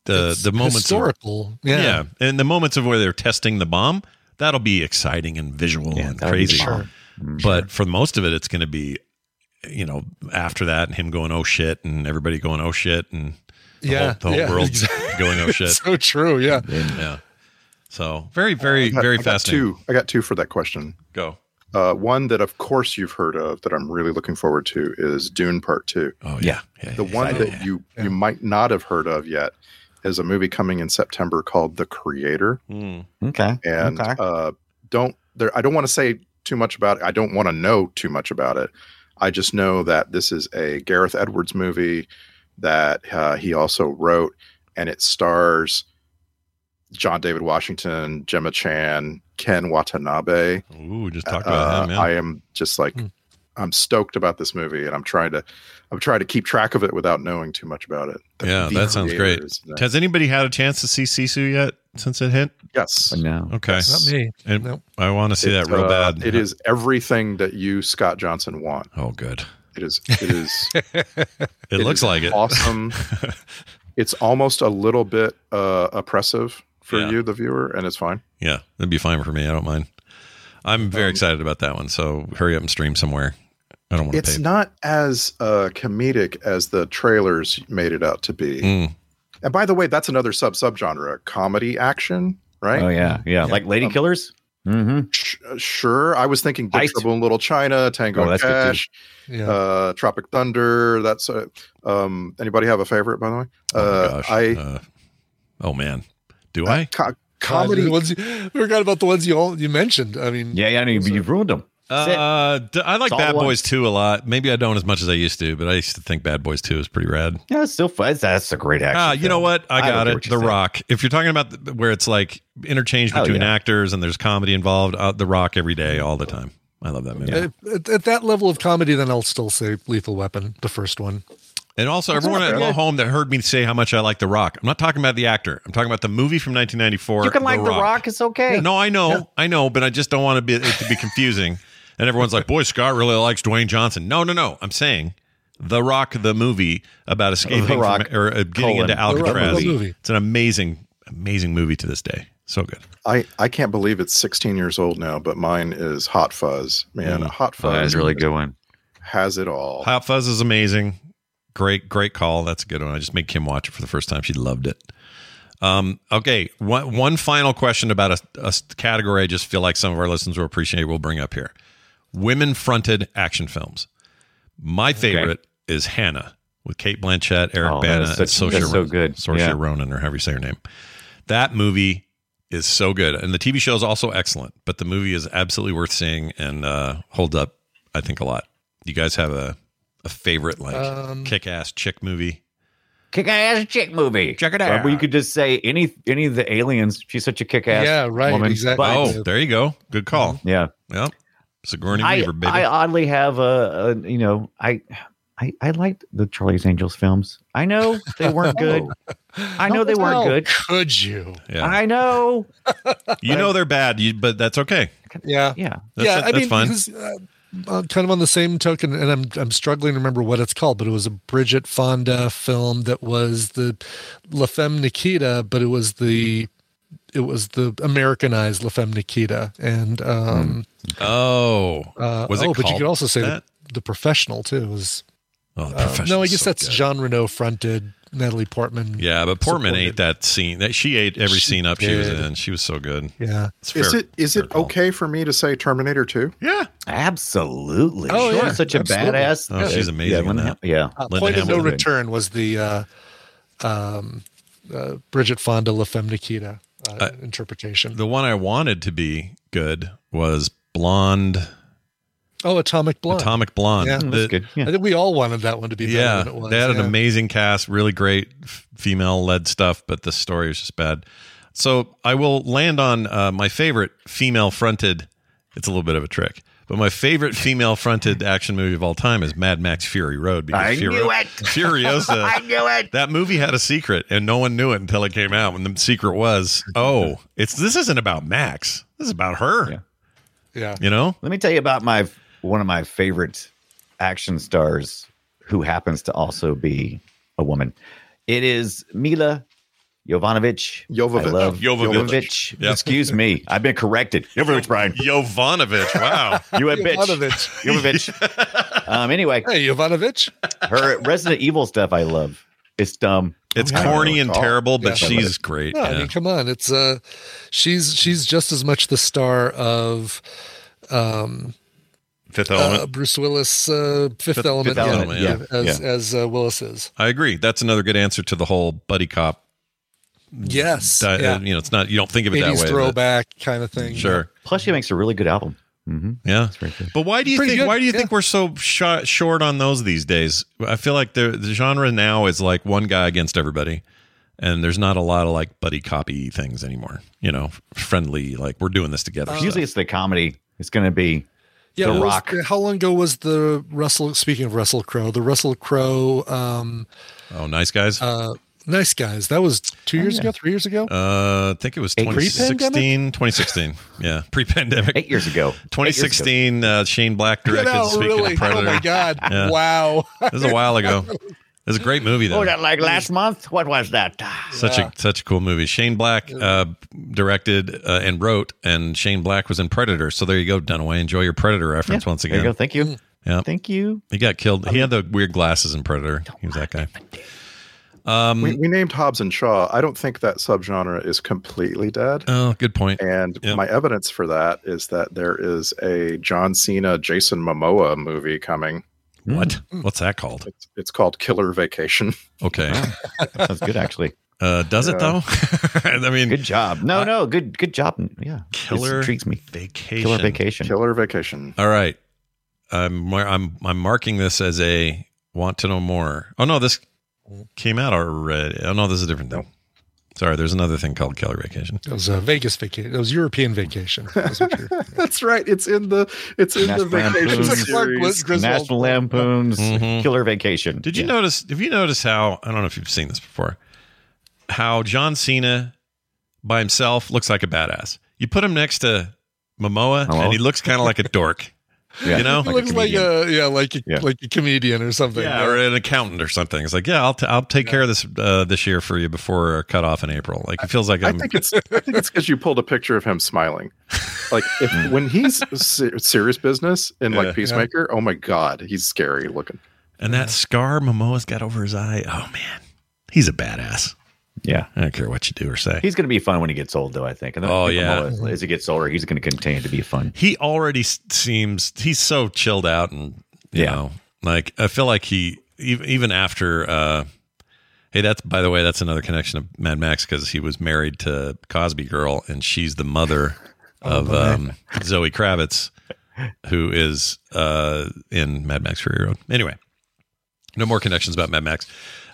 [SPEAKER 3] the
[SPEAKER 6] it's
[SPEAKER 3] the moments of-
[SPEAKER 6] historical.
[SPEAKER 3] yeah.
[SPEAKER 6] yeah.
[SPEAKER 3] and the moments of where they're testing the bomb. That'll be exciting and visual
[SPEAKER 1] Yeah,
[SPEAKER 3] and
[SPEAKER 1] that'll be
[SPEAKER 3] crazy.
[SPEAKER 1] bomb.
[SPEAKER 5] Mm-hmm.
[SPEAKER 3] But for most of it, it's going to be, you know, after that and him going, oh shit, and everybody going, oh shit, and the
[SPEAKER 6] Yeah,
[SPEAKER 3] whole, the whole
[SPEAKER 6] yeah,
[SPEAKER 3] world
[SPEAKER 6] exactly.
[SPEAKER 3] going, oh shit.
[SPEAKER 6] So true. Yeah.
[SPEAKER 3] yeah. So very, very,
[SPEAKER 5] Oh, I got-
[SPEAKER 3] very
[SPEAKER 5] I got
[SPEAKER 3] fascinating.
[SPEAKER 5] Two. I got two for that question.
[SPEAKER 3] Go.
[SPEAKER 5] Uh, one that, of course, you've heard of that I'm really looking forward to is Dune Part Two.
[SPEAKER 3] Oh,
[SPEAKER 1] Yeah.
[SPEAKER 5] The one that you you might not have heard of yet is a movie coming in September called The Creator.
[SPEAKER 3] Mm.
[SPEAKER 1] Okay.
[SPEAKER 5] and
[SPEAKER 1] okay.
[SPEAKER 5] uh, don't there i don't want to say too much about it i don't want to know too much about it i just know that this is a gareth edwards movie that uh, he also wrote and it stars john david washington gemma chan ken watanabe
[SPEAKER 3] Hmm. Ooh, just talked about
[SPEAKER 5] Uh,
[SPEAKER 3] him. Yeah.
[SPEAKER 5] i am just like i'm stoked about this movie and i'm trying to i'm trying to keep track of it without knowing too much about it The-
[SPEAKER 3] yeah,
[SPEAKER 5] the
[SPEAKER 3] that sounds great.
[SPEAKER 5] creator is-
[SPEAKER 3] Has anybody had a chance to see Sisu yet since it hit?
[SPEAKER 5] yes
[SPEAKER 1] no.
[SPEAKER 3] Okay.
[SPEAKER 6] Not me.
[SPEAKER 3] And
[SPEAKER 6] Nope.
[SPEAKER 3] I want to see
[SPEAKER 5] It's,
[SPEAKER 3] that real
[SPEAKER 5] uh,
[SPEAKER 3] bad.
[SPEAKER 5] it is everything that you scott johnson want
[SPEAKER 3] Oh, good.
[SPEAKER 5] It is. It is. it,
[SPEAKER 3] It, looks
[SPEAKER 5] is
[SPEAKER 3] like it.
[SPEAKER 5] Awesome. it's almost a little bit uh, oppressive for
[SPEAKER 3] Yeah.
[SPEAKER 5] you, the viewer, and it's fine.
[SPEAKER 3] Yeah, that'd be fine for me. I don't mind. I'm
[SPEAKER 1] Um,
[SPEAKER 3] very excited about that one. So hurry up and stream somewhere. I don't want to
[SPEAKER 5] It's
[SPEAKER 3] pay.
[SPEAKER 5] not as uh, comedic as the trailers made it out to be.
[SPEAKER 3] Mm.
[SPEAKER 5] And by the way, that's another sub subgenre: comedy action. Right?
[SPEAKER 1] Oh yeah. Yeah. Like Lady
[SPEAKER 3] Um,
[SPEAKER 1] Killers. Mm-hmm.
[SPEAKER 5] Sh- uh, sure. I was thinking Big
[SPEAKER 1] Ice-
[SPEAKER 5] Trouble in Little China, Tango
[SPEAKER 1] Oh,
[SPEAKER 5] and
[SPEAKER 1] that's good, too.
[SPEAKER 5] Cash,
[SPEAKER 6] Yeah.
[SPEAKER 5] uh, Tropic Thunder. That's uh, um. Anybody have a favorite? By the way, uh,
[SPEAKER 3] oh, my gosh.
[SPEAKER 5] I uh,
[SPEAKER 3] Uh, oh man, do
[SPEAKER 1] Uh,
[SPEAKER 3] I?
[SPEAKER 5] co-
[SPEAKER 6] God,
[SPEAKER 5] comedy.
[SPEAKER 6] the ones you, I forgot about the ones you all you mentioned. I mean,
[SPEAKER 1] Yeah. Yeah. No, you, you've ruined them.
[SPEAKER 3] Uh, d- I like
[SPEAKER 1] It's all
[SPEAKER 3] Bad
[SPEAKER 1] one.
[SPEAKER 3] Boys 2 a lot. Maybe I don't as much as I used to, but I used to think Bad Boys 2 is pretty rad.
[SPEAKER 1] Yeah. It's still fun. That's a great action.
[SPEAKER 3] Ah, you know
[SPEAKER 1] film.
[SPEAKER 3] what? I
[SPEAKER 1] I don't
[SPEAKER 3] got
[SPEAKER 1] care
[SPEAKER 3] it.
[SPEAKER 1] what you
[SPEAKER 3] The
[SPEAKER 1] say.
[SPEAKER 3] Rock. If you're talking about the, where it's like interchange
[SPEAKER 1] Oh,
[SPEAKER 3] between
[SPEAKER 1] yeah.
[SPEAKER 3] actors and there's comedy involved, uh, The Rock every day, all the time. I love that movie.
[SPEAKER 6] at, at- at that level of comedy, then I'll still say Lethal Weapon, the first one.
[SPEAKER 3] And also, everyone at home that heard me say how much I like The Rock, I'm not talking about the actor. I'm talking about the movie from 1994.
[SPEAKER 1] You can like The Rock. It's okay.
[SPEAKER 3] No, I know, I know, but I just don't want to be it to be confusing. and everyone's like, "Boy, Scott really likes Dwayne Johnson." No, no, no. I'm saying The Rock, the movie about escaping from-
[SPEAKER 1] Rock,
[SPEAKER 3] or uh, getting
[SPEAKER 1] colon,
[SPEAKER 3] into
[SPEAKER 1] The Rock, the
[SPEAKER 3] Alcatraz.
[SPEAKER 6] movie.
[SPEAKER 3] It's an amazing, amazing movie to this day. So good.
[SPEAKER 5] I, I can't believe it's 16 years old now, but mine is Hot Fuzz.
[SPEAKER 1] Mm.
[SPEAKER 5] Man, Hot
[SPEAKER 1] Oh,
[SPEAKER 5] Fuzz
[SPEAKER 1] one.
[SPEAKER 5] has it all.
[SPEAKER 3] Hot Fuzz is amazing. Great, great call. That's a good one. I just made Kim watch it for the first time. She loved it. Um, okay, one, one final question about a, a category I just feel like some of our listeners will appreciate. We'll bring up here women fronted action films. My favorite is Hannah with Kate Blanchett, Eric
[SPEAKER 1] Oh, that
[SPEAKER 3] Bana,
[SPEAKER 1] is such-
[SPEAKER 3] and Saoirse
[SPEAKER 1] that's so
[SPEAKER 3] Ronan-
[SPEAKER 1] good.
[SPEAKER 3] Saoirse
[SPEAKER 1] Yeah.
[SPEAKER 3] Ronan, or however you say her name. That movie is so good, and the TV show is also excellent. But the movie is absolutely worth seeing and uh, holds up, I think, a lot. You guys have a a favorite like
[SPEAKER 6] Um,
[SPEAKER 3] kick-ass chick movie?
[SPEAKER 1] Kick-ass chick movie.
[SPEAKER 3] Check it
[SPEAKER 1] Well, you could just say any any of the aliens. She's such a kick-ass.
[SPEAKER 6] Yeah, right,
[SPEAKER 1] Woman.
[SPEAKER 6] exactly.
[SPEAKER 1] But-
[SPEAKER 3] Oh, there you go. Good call.
[SPEAKER 1] yeah.
[SPEAKER 3] Yeah, Sigourney
[SPEAKER 1] I,
[SPEAKER 3] Weaver, baby.
[SPEAKER 1] I oddly have a, a you know I. I, I liked the Charlie's Angels films. I know they weren't good. I know they weren't
[SPEAKER 6] How
[SPEAKER 1] good.
[SPEAKER 6] Could you?
[SPEAKER 3] yeah,
[SPEAKER 1] I know.
[SPEAKER 3] you know they're bad, you, but that's okay.
[SPEAKER 6] Yeah.
[SPEAKER 1] Yeah.
[SPEAKER 3] That's,
[SPEAKER 6] yeah, I
[SPEAKER 3] that's
[SPEAKER 6] mean,
[SPEAKER 3] fine.
[SPEAKER 6] because, uh, uh, kind of on the same token, and I'm I'm struggling to remember what it's called, but it was a Bridget Fonda film that was the La Femme Nikita, but it was the it was the Americanized La Femme Nikita, and um,
[SPEAKER 3] Oh,
[SPEAKER 6] uh,
[SPEAKER 3] Hmm. was it?
[SPEAKER 6] oh, but you
[SPEAKER 3] called
[SPEAKER 6] could also say
[SPEAKER 3] that?
[SPEAKER 6] the, the Professional too. Was
[SPEAKER 3] Oh, the
[SPEAKER 6] um, no,
[SPEAKER 3] Professional's
[SPEAKER 6] I guess
[SPEAKER 3] so
[SPEAKER 6] that's
[SPEAKER 3] good.
[SPEAKER 6] Jean Reno fronted Natalie Portman.
[SPEAKER 3] Yeah, but Portman
[SPEAKER 6] supported.
[SPEAKER 3] ate that scene. That she ate every
[SPEAKER 6] She
[SPEAKER 3] scene up she was
[SPEAKER 6] did.
[SPEAKER 3] in. She was so good.
[SPEAKER 6] Yeah.
[SPEAKER 3] It's
[SPEAKER 5] Is
[SPEAKER 3] fair-
[SPEAKER 5] it is
[SPEAKER 3] fair
[SPEAKER 5] it
[SPEAKER 3] call.
[SPEAKER 5] okay for me to say Terminator 2?
[SPEAKER 3] Yeah.
[SPEAKER 1] Absolutely.
[SPEAKER 6] Oh,
[SPEAKER 1] Sure,
[SPEAKER 6] yeah,
[SPEAKER 1] Such a
[SPEAKER 6] absolutely.
[SPEAKER 1] badass.
[SPEAKER 3] Oh, she's amazing
[SPEAKER 1] Yeah.
[SPEAKER 3] in
[SPEAKER 1] when-
[SPEAKER 3] that.
[SPEAKER 1] yeah.
[SPEAKER 6] Uh,
[SPEAKER 3] Linda
[SPEAKER 6] Point of No
[SPEAKER 3] Hamilton.
[SPEAKER 6] Return was the uh, um, uh, Bridget Fonda, La Femme Nikita uh,
[SPEAKER 3] Uh,
[SPEAKER 6] interpretation.
[SPEAKER 3] The one I wanted to be good was Blonde,
[SPEAKER 6] oh, Atomic Blonde.
[SPEAKER 3] Atomic Blonde.
[SPEAKER 6] Yeah.
[SPEAKER 3] The-
[SPEAKER 1] That's good. Yeah.
[SPEAKER 6] I think we all wanted that one to be better
[SPEAKER 3] yeah,
[SPEAKER 6] than it was.
[SPEAKER 3] they had an
[SPEAKER 6] yeah.
[SPEAKER 3] amazing cast, really great female led stuff, but the story was just bad. So I will land on uh, my favorite female fronted. It's a little bit of a trick, but my favorite female fronted action movie of all time is Mad Max Fury Road.
[SPEAKER 1] I knew it.
[SPEAKER 3] Furiosa.
[SPEAKER 1] I knew it.
[SPEAKER 3] That movie had a secret, and no one knew it until it came out. And the secret was, oh, it's this isn't about Max. This is about her.
[SPEAKER 1] Yeah.
[SPEAKER 6] Yeah.
[SPEAKER 3] You know,
[SPEAKER 1] Let me tell you about my one of my favorite action stars who happens to also be a woman. It is Mila Jovovich.
[SPEAKER 5] Jovovich.
[SPEAKER 1] I love
[SPEAKER 3] Jovovich.
[SPEAKER 1] Jovovich.
[SPEAKER 3] Yeah.
[SPEAKER 1] Excuse me. I've been corrected. Jovovich, Brian.
[SPEAKER 3] Jovanovich. Wow.
[SPEAKER 1] You a bitch.
[SPEAKER 6] Jovovich.
[SPEAKER 1] Jovovich. um, anyway,
[SPEAKER 6] Hey, Ivanovich.
[SPEAKER 1] her Resident Evil stuff I love. It's dumb.
[SPEAKER 3] It's
[SPEAKER 1] I don't
[SPEAKER 3] corny
[SPEAKER 1] know
[SPEAKER 3] and
[SPEAKER 1] at all.
[SPEAKER 3] terrible, but
[SPEAKER 6] Yeah.
[SPEAKER 3] she's great.
[SPEAKER 6] No, I
[SPEAKER 3] yeah.
[SPEAKER 6] mean, come on. It's uh, she's she's just as much the star of um,
[SPEAKER 3] Fifth
[SPEAKER 6] uh,
[SPEAKER 3] Element.
[SPEAKER 6] Bruce Willis' uh, Fifth,
[SPEAKER 3] Fifth
[SPEAKER 6] Element,
[SPEAKER 3] Element, yeah.
[SPEAKER 6] as
[SPEAKER 1] Yeah.
[SPEAKER 6] as uh, Willis is.
[SPEAKER 3] I agree. That's another good answer to the whole buddy cop.
[SPEAKER 6] Yes,
[SPEAKER 3] Di-
[SPEAKER 6] yeah.
[SPEAKER 3] uh, You know, it's not you don't think of it that
[SPEAKER 6] 80s
[SPEAKER 3] way.
[SPEAKER 6] throwback kind of thing.
[SPEAKER 3] But, sure.
[SPEAKER 1] Plus, she makes a really good album. hmm
[SPEAKER 3] Yeah. But why do you
[SPEAKER 6] Pretty
[SPEAKER 3] think
[SPEAKER 6] good,
[SPEAKER 3] why do you
[SPEAKER 6] yeah.
[SPEAKER 3] think we're so short, short on those these days? I feel like the the genre now is like one guy against everybody. And there's not a lot of like buddy copy things anymore. You know, friendly like we're doing this together. stuff.
[SPEAKER 1] Usually, it's the comedy. It's going to be
[SPEAKER 6] Yeah,
[SPEAKER 1] The
[SPEAKER 6] what was-
[SPEAKER 1] Rock.
[SPEAKER 6] how long ago was the Russell? Speaking of Russell Crowe, the Russell Crowe, um,
[SPEAKER 3] oh, nice guys. Uh,
[SPEAKER 6] uh, nice guys. That was two
[SPEAKER 1] Oh,
[SPEAKER 6] years ago, three years ago.
[SPEAKER 3] Uh, I think it was
[SPEAKER 1] Eight-
[SPEAKER 3] 2016, 2016. Yeah, pre-pandemic.
[SPEAKER 1] eight years ago. Eight years ago.
[SPEAKER 3] 2016 uh, Shane Black
[SPEAKER 6] Get
[SPEAKER 3] directed
[SPEAKER 6] out,
[SPEAKER 3] Speaking
[SPEAKER 6] really?
[SPEAKER 3] of Predator.
[SPEAKER 6] Oh my God!
[SPEAKER 3] Yeah.
[SPEAKER 6] Wow.
[SPEAKER 3] This is a while ago. It was a great movie though.
[SPEAKER 1] Oh, that like last month? What was that?
[SPEAKER 3] such a such a cool movie. Shane Black uh, directed uh, and wrote, and Shane Black was in Predator. So there you go, Dunaway. Enjoy your Predator reference once
[SPEAKER 1] There you go.
[SPEAKER 3] again.
[SPEAKER 1] Thank you.
[SPEAKER 3] Yeah,
[SPEAKER 1] Thank you. Um,
[SPEAKER 3] he got killed. He had the weird glasses in Predator. He was that guy.
[SPEAKER 1] Um,
[SPEAKER 5] we, we named Hobbs and Shaw. I don't think that subgenre is completely dead.
[SPEAKER 3] Oh, good point.
[SPEAKER 5] And
[SPEAKER 3] Yeah.
[SPEAKER 5] my evidence for that is that there is a John Cena Jason Momoa movie coming.
[SPEAKER 3] What?
[SPEAKER 6] Mm.
[SPEAKER 3] What's that called?
[SPEAKER 5] It's, it's called Killer Vacation.
[SPEAKER 3] Okay.
[SPEAKER 1] That sounds good, actually.
[SPEAKER 3] Uh, does it though? I mean,
[SPEAKER 1] Good job. No, no, good, good job. Yeah, This
[SPEAKER 3] Killer
[SPEAKER 1] intrigues me.
[SPEAKER 3] vacation.
[SPEAKER 1] Killer vacation.
[SPEAKER 5] Killer Vacation.
[SPEAKER 3] All right. I'm mar- I'm I'm marking this as a want to know more. Oh no, this came out already. Oh no, this is a different thing. Sorry, there's another thing called Killer Vacation.
[SPEAKER 6] It was a Vegas vacation. It was European vacation. That's what you're-
[SPEAKER 5] That's right. It's in the it's in the
[SPEAKER 1] National
[SPEAKER 5] vacation
[SPEAKER 1] Lampoon's
[SPEAKER 6] It's like Clark
[SPEAKER 5] series.
[SPEAKER 6] Griswold.
[SPEAKER 1] National Lampoon's
[SPEAKER 3] Mhm.
[SPEAKER 1] Killer Vacation.
[SPEAKER 3] Did you
[SPEAKER 1] Yeah.
[SPEAKER 3] notice? Have you noticed how? I don't know if you've seen this before. How John Cena by himself looks like a badass. You put him next to Momoa,
[SPEAKER 1] Hello?
[SPEAKER 3] and he looks kind of like a dork.
[SPEAKER 1] Yeah.
[SPEAKER 3] You know,
[SPEAKER 6] He looks like
[SPEAKER 1] comedian.
[SPEAKER 6] a yeah, like a,
[SPEAKER 1] Yeah.
[SPEAKER 6] like a comedian or something.
[SPEAKER 3] yeah, or an accountant or something. It's like, yeah, I'll t- I'll take care of this uh, this year for you before uh, cutoff in April. Like it feels like
[SPEAKER 5] I
[SPEAKER 3] I'm,
[SPEAKER 5] think it's I think it's because you pulled a picture of him smiling. Like
[SPEAKER 1] Mm.
[SPEAKER 5] if when he's se- serious business in
[SPEAKER 3] Yeah.
[SPEAKER 5] like Peacemaker, oh my god, he's scary looking.
[SPEAKER 3] And that scar Momoa's got over his eye. Oh man, he's a badass.
[SPEAKER 1] Yeah.
[SPEAKER 3] I don't care what you do or say.
[SPEAKER 1] He's going to be fun when he gets old, though. I think. And then I
[SPEAKER 3] Oh,
[SPEAKER 1] think
[SPEAKER 3] yeah.
[SPEAKER 1] Momoa, As he gets older, he's going to continue to be fun.
[SPEAKER 3] he already s- seems he's so chilled out and you
[SPEAKER 1] Yeah.
[SPEAKER 3] know like I feel like he ev- even after uh hey that's by the way that's another connection of Mad Max because he was married to Cosby Girl and she's the mother
[SPEAKER 1] Oh,
[SPEAKER 3] of um, Zoe Kravitz who is uh in Mad Max Fury Road anyway no more connections about Mad Max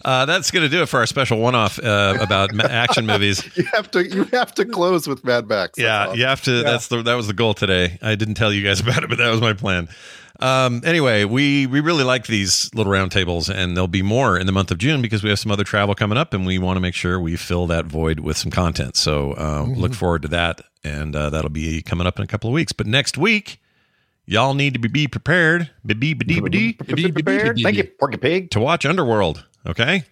[SPEAKER 3] uh, that's going to do it for our special one-off uh, about ma- action movies.
[SPEAKER 5] You have to you have to close with Mad Max.
[SPEAKER 3] Yeah, you have to. That's the that was the goal today. I didn't tell you guys about it, but that was my plan. Um, anyway, we we really like these little roundtables, and there'll be more in the month of June because we have some other travel coming up, and we want to make sure we fill that void with some content. So uh, look forward to that, and uh, that'll be coming up in a couple of weeks. But next week, y'all need to be- be prepared, be be be be- be
[SPEAKER 1] Be prepared. Thank you, Porky Pig.
[SPEAKER 3] to watch Underworld. Okay,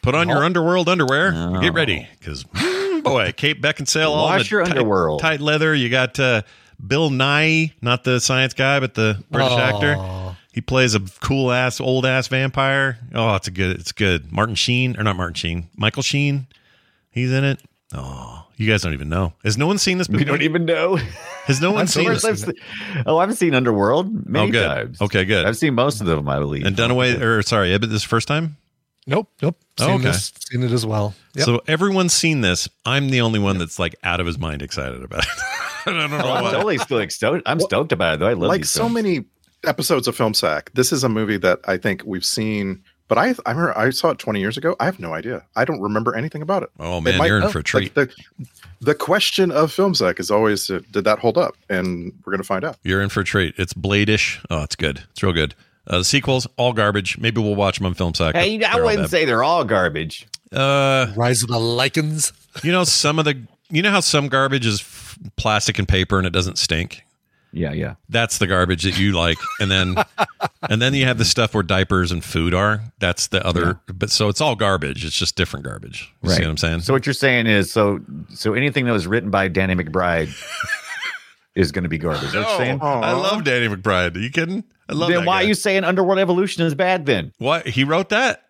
[SPEAKER 3] put on your Underworld underwear, and get ready because boy, Kate Beckinsale, all in
[SPEAKER 1] Wash
[SPEAKER 3] the
[SPEAKER 1] your
[SPEAKER 3] tight-
[SPEAKER 1] underworld.
[SPEAKER 3] tight
[SPEAKER 1] Oh.
[SPEAKER 3] leather. You got uh, Bill Nye, not the science guy, but the British actor. He plays a cool ass, old ass vampire. Oh, it's a good. It's good. Martin Sheen or not Martin Sheen? Michael Sheen. He's in it. Oh, you guys don't even know. Has no one seen this?
[SPEAKER 1] We
[SPEAKER 3] Movie?
[SPEAKER 1] don't even know.
[SPEAKER 3] Has no one
[SPEAKER 1] Of
[SPEAKER 3] seen
[SPEAKER 1] course
[SPEAKER 3] this?
[SPEAKER 1] I've se- oh, I've seen Underworld many
[SPEAKER 3] Oh, good.
[SPEAKER 1] times.
[SPEAKER 3] Okay, good.
[SPEAKER 1] I've seen most of them, I believe.
[SPEAKER 3] And Dunaway, or sorry, Ebbett, this first time.
[SPEAKER 6] Nope, nope.
[SPEAKER 3] Oh,
[SPEAKER 6] Seen
[SPEAKER 3] okay.
[SPEAKER 6] this, seen it as well. Yep.
[SPEAKER 3] So everyone's seen this. I'm the only one that's like out of his mind excited about it. I don't know
[SPEAKER 1] Oh, I'm
[SPEAKER 3] why.
[SPEAKER 1] totally still like, stoked. I'm stoked about it though. I love
[SPEAKER 5] like
[SPEAKER 1] these
[SPEAKER 5] so
[SPEAKER 1] films.
[SPEAKER 5] many episodes of Film Sack. This is a movie that I think we've seen, but I I remember I saw it 20 years ago. I have no idea. I don't remember anything about it.
[SPEAKER 3] Oh
[SPEAKER 5] It
[SPEAKER 3] man,
[SPEAKER 5] might-
[SPEAKER 3] you're in
[SPEAKER 5] oh,
[SPEAKER 3] for a
[SPEAKER 5] like,
[SPEAKER 3] treat.
[SPEAKER 5] the, the question of Film Sack is always uh, did that hold up? And we're going to find out.
[SPEAKER 3] You're in for a treat. It's Bladish. Oh, it's good. It's real good. Uh, the sequels all garbage. Maybe we'll watch them on film sack.
[SPEAKER 1] Hey,
[SPEAKER 3] They're
[SPEAKER 1] I
[SPEAKER 3] all
[SPEAKER 1] wouldn't
[SPEAKER 3] bad.
[SPEAKER 1] say they're all garbage.
[SPEAKER 3] Uh,
[SPEAKER 6] Rise of the Lycans.
[SPEAKER 3] you know some of the. You know how some garbage is f- plastic and paper and it doesn't stink.
[SPEAKER 1] Yeah, yeah.
[SPEAKER 3] That's the garbage that you like, and then and then you have the stuff where diapers and food are. That's the other. But so it's all garbage. It's just different garbage. You See what I'm saying?
[SPEAKER 1] So what you're saying is so so anything that was written by Danny McBride is going to be garbage. Is that what you're saying?
[SPEAKER 3] I love Danny McBride. Are you kidding? I love.
[SPEAKER 1] Oh. then
[SPEAKER 3] that
[SPEAKER 1] why
[SPEAKER 3] guy.
[SPEAKER 1] are you saying Underworld Evolution is bad then?
[SPEAKER 3] What he wrote that?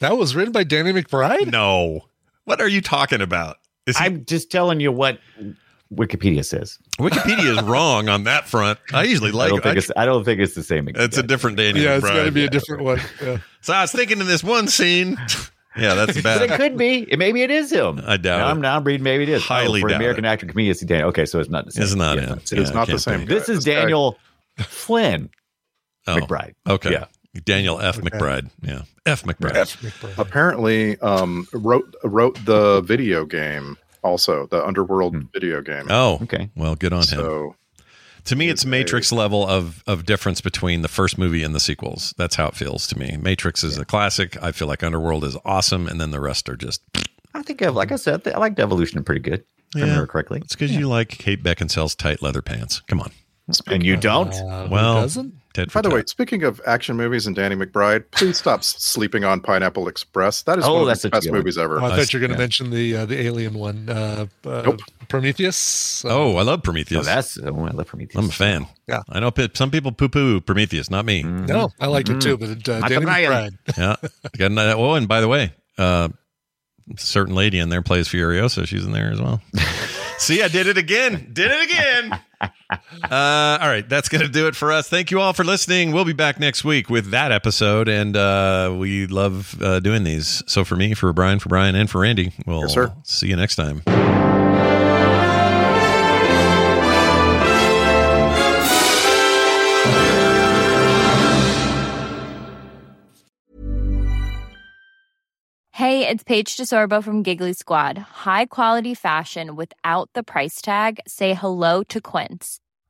[SPEAKER 6] That was written by Danny McBride.
[SPEAKER 3] No. What are you talking about? Is he-
[SPEAKER 1] I'm just telling you what Wikipedia says.
[SPEAKER 3] Wikipedia is wrong on that front. I usually
[SPEAKER 1] I
[SPEAKER 3] like.
[SPEAKER 1] don't think
[SPEAKER 3] I-
[SPEAKER 1] it's I don't think it's the same.
[SPEAKER 3] it's a different Danny.
[SPEAKER 6] yeah, it's
[SPEAKER 3] McBride.
[SPEAKER 6] got to be
[SPEAKER 3] Yeah.
[SPEAKER 6] a different one. Yeah.
[SPEAKER 3] So I was thinking in this one scene. yeah, that's
[SPEAKER 1] But it
[SPEAKER 3] bad.
[SPEAKER 1] could be. It- Maybe it is him.
[SPEAKER 3] I doubt
[SPEAKER 1] Now
[SPEAKER 3] it.
[SPEAKER 1] I'm now I'm reading. Maybe it is.
[SPEAKER 3] Highly
[SPEAKER 1] for
[SPEAKER 3] doubt
[SPEAKER 1] American
[SPEAKER 3] it.
[SPEAKER 1] actor and comedian. see Daniel. Okay, so it's not. The same.
[SPEAKER 3] It's not
[SPEAKER 1] Yeah.
[SPEAKER 3] him.
[SPEAKER 5] It is
[SPEAKER 3] Yeah,
[SPEAKER 5] not the
[SPEAKER 3] can't
[SPEAKER 5] same.
[SPEAKER 3] be.
[SPEAKER 1] This is
[SPEAKER 5] This guy-
[SPEAKER 1] Daniel Flynn
[SPEAKER 3] Oh,
[SPEAKER 1] McBride.
[SPEAKER 3] Okay.
[SPEAKER 1] Yeah.
[SPEAKER 3] Daniel F. McBride. Yeah. F. McBride.
[SPEAKER 5] Apparently, um, wrote wrote the video game also the Underworld
[SPEAKER 1] Hmm.
[SPEAKER 5] video game.
[SPEAKER 3] Oh.
[SPEAKER 1] Okay.
[SPEAKER 3] Well, good on him.
[SPEAKER 5] so
[SPEAKER 3] To me, it's Matrix level of of difference between the first movie and the sequels. That's how it feels to me. Matrix is a classic. I feel like Underworld is awesome, and then the rest are just.
[SPEAKER 1] I think of like I said, I liked Evolution pretty good. If I remember correctly.
[SPEAKER 3] It's because you like Kate Beckinsale's tight leather pants. Come on.
[SPEAKER 1] And you don't.
[SPEAKER 6] Uh,
[SPEAKER 3] Well,
[SPEAKER 6] well, doesn't?
[SPEAKER 3] Ted
[SPEAKER 5] by the
[SPEAKER 3] Fatale.
[SPEAKER 5] way, speaking of action movies and Danny McBride, please stop s- sleeping on Pineapple Express. That is
[SPEAKER 1] Oh,
[SPEAKER 5] one of
[SPEAKER 1] that's
[SPEAKER 5] the
[SPEAKER 1] a
[SPEAKER 5] best
[SPEAKER 1] good one.
[SPEAKER 5] movies ever.
[SPEAKER 6] Oh, I
[SPEAKER 3] I
[SPEAKER 6] thought you were going
[SPEAKER 1] yeah.
[SPEAKER 6] to mention the uh, the alien one. Uh, uh,
[SPEAKER 5] Nope.
[SPEAKER 6] Prometheus. Uh,
[SPEAKER 3] Oh, I love
[SPEAKER 1] Oh,
[SPEAKER 3] Prometheus.
[SPEAKER 1] that's oh, I love Prometheus.
[SPEAKER 3] I'm a fan.
[SPEAKER 6] Yeah.
[SPEAKER 3] I know pe- some people poo poo Prometheus, not me.
[SPEAKER 1] Mm.
[SPEAKER 6] no, I liked
[SPEAKER 3] mm-hmm.
[SPEAKER 6] it too, but it, uh,
[SPEAKER 1] Michael
[SPEAKER 6] Danny
[SPEAKER 1] Bryan.
[SPEAKER 6] McBride.
[SPEAKER 3] Yeah. Got another- oh, and by the way, uh, certain lady in there plays Furiosa. She's in there as well. See, I did it again. Did it again. Uh, all right, that's going to do it for us. Thank you all for listening. We'll be back next week with that episode, and uh, we love uh, doing these. So for me, for Brian, for Brian, and for Randy, we'll
[SPEAKER 5] Yes, sir.
[SPEAKER 3] see you next time.
[SPEAKER 8] Hey, it's Paige DeSorbo from Giggly Squad. High quality fashion without the price tag. Say hello to Quince.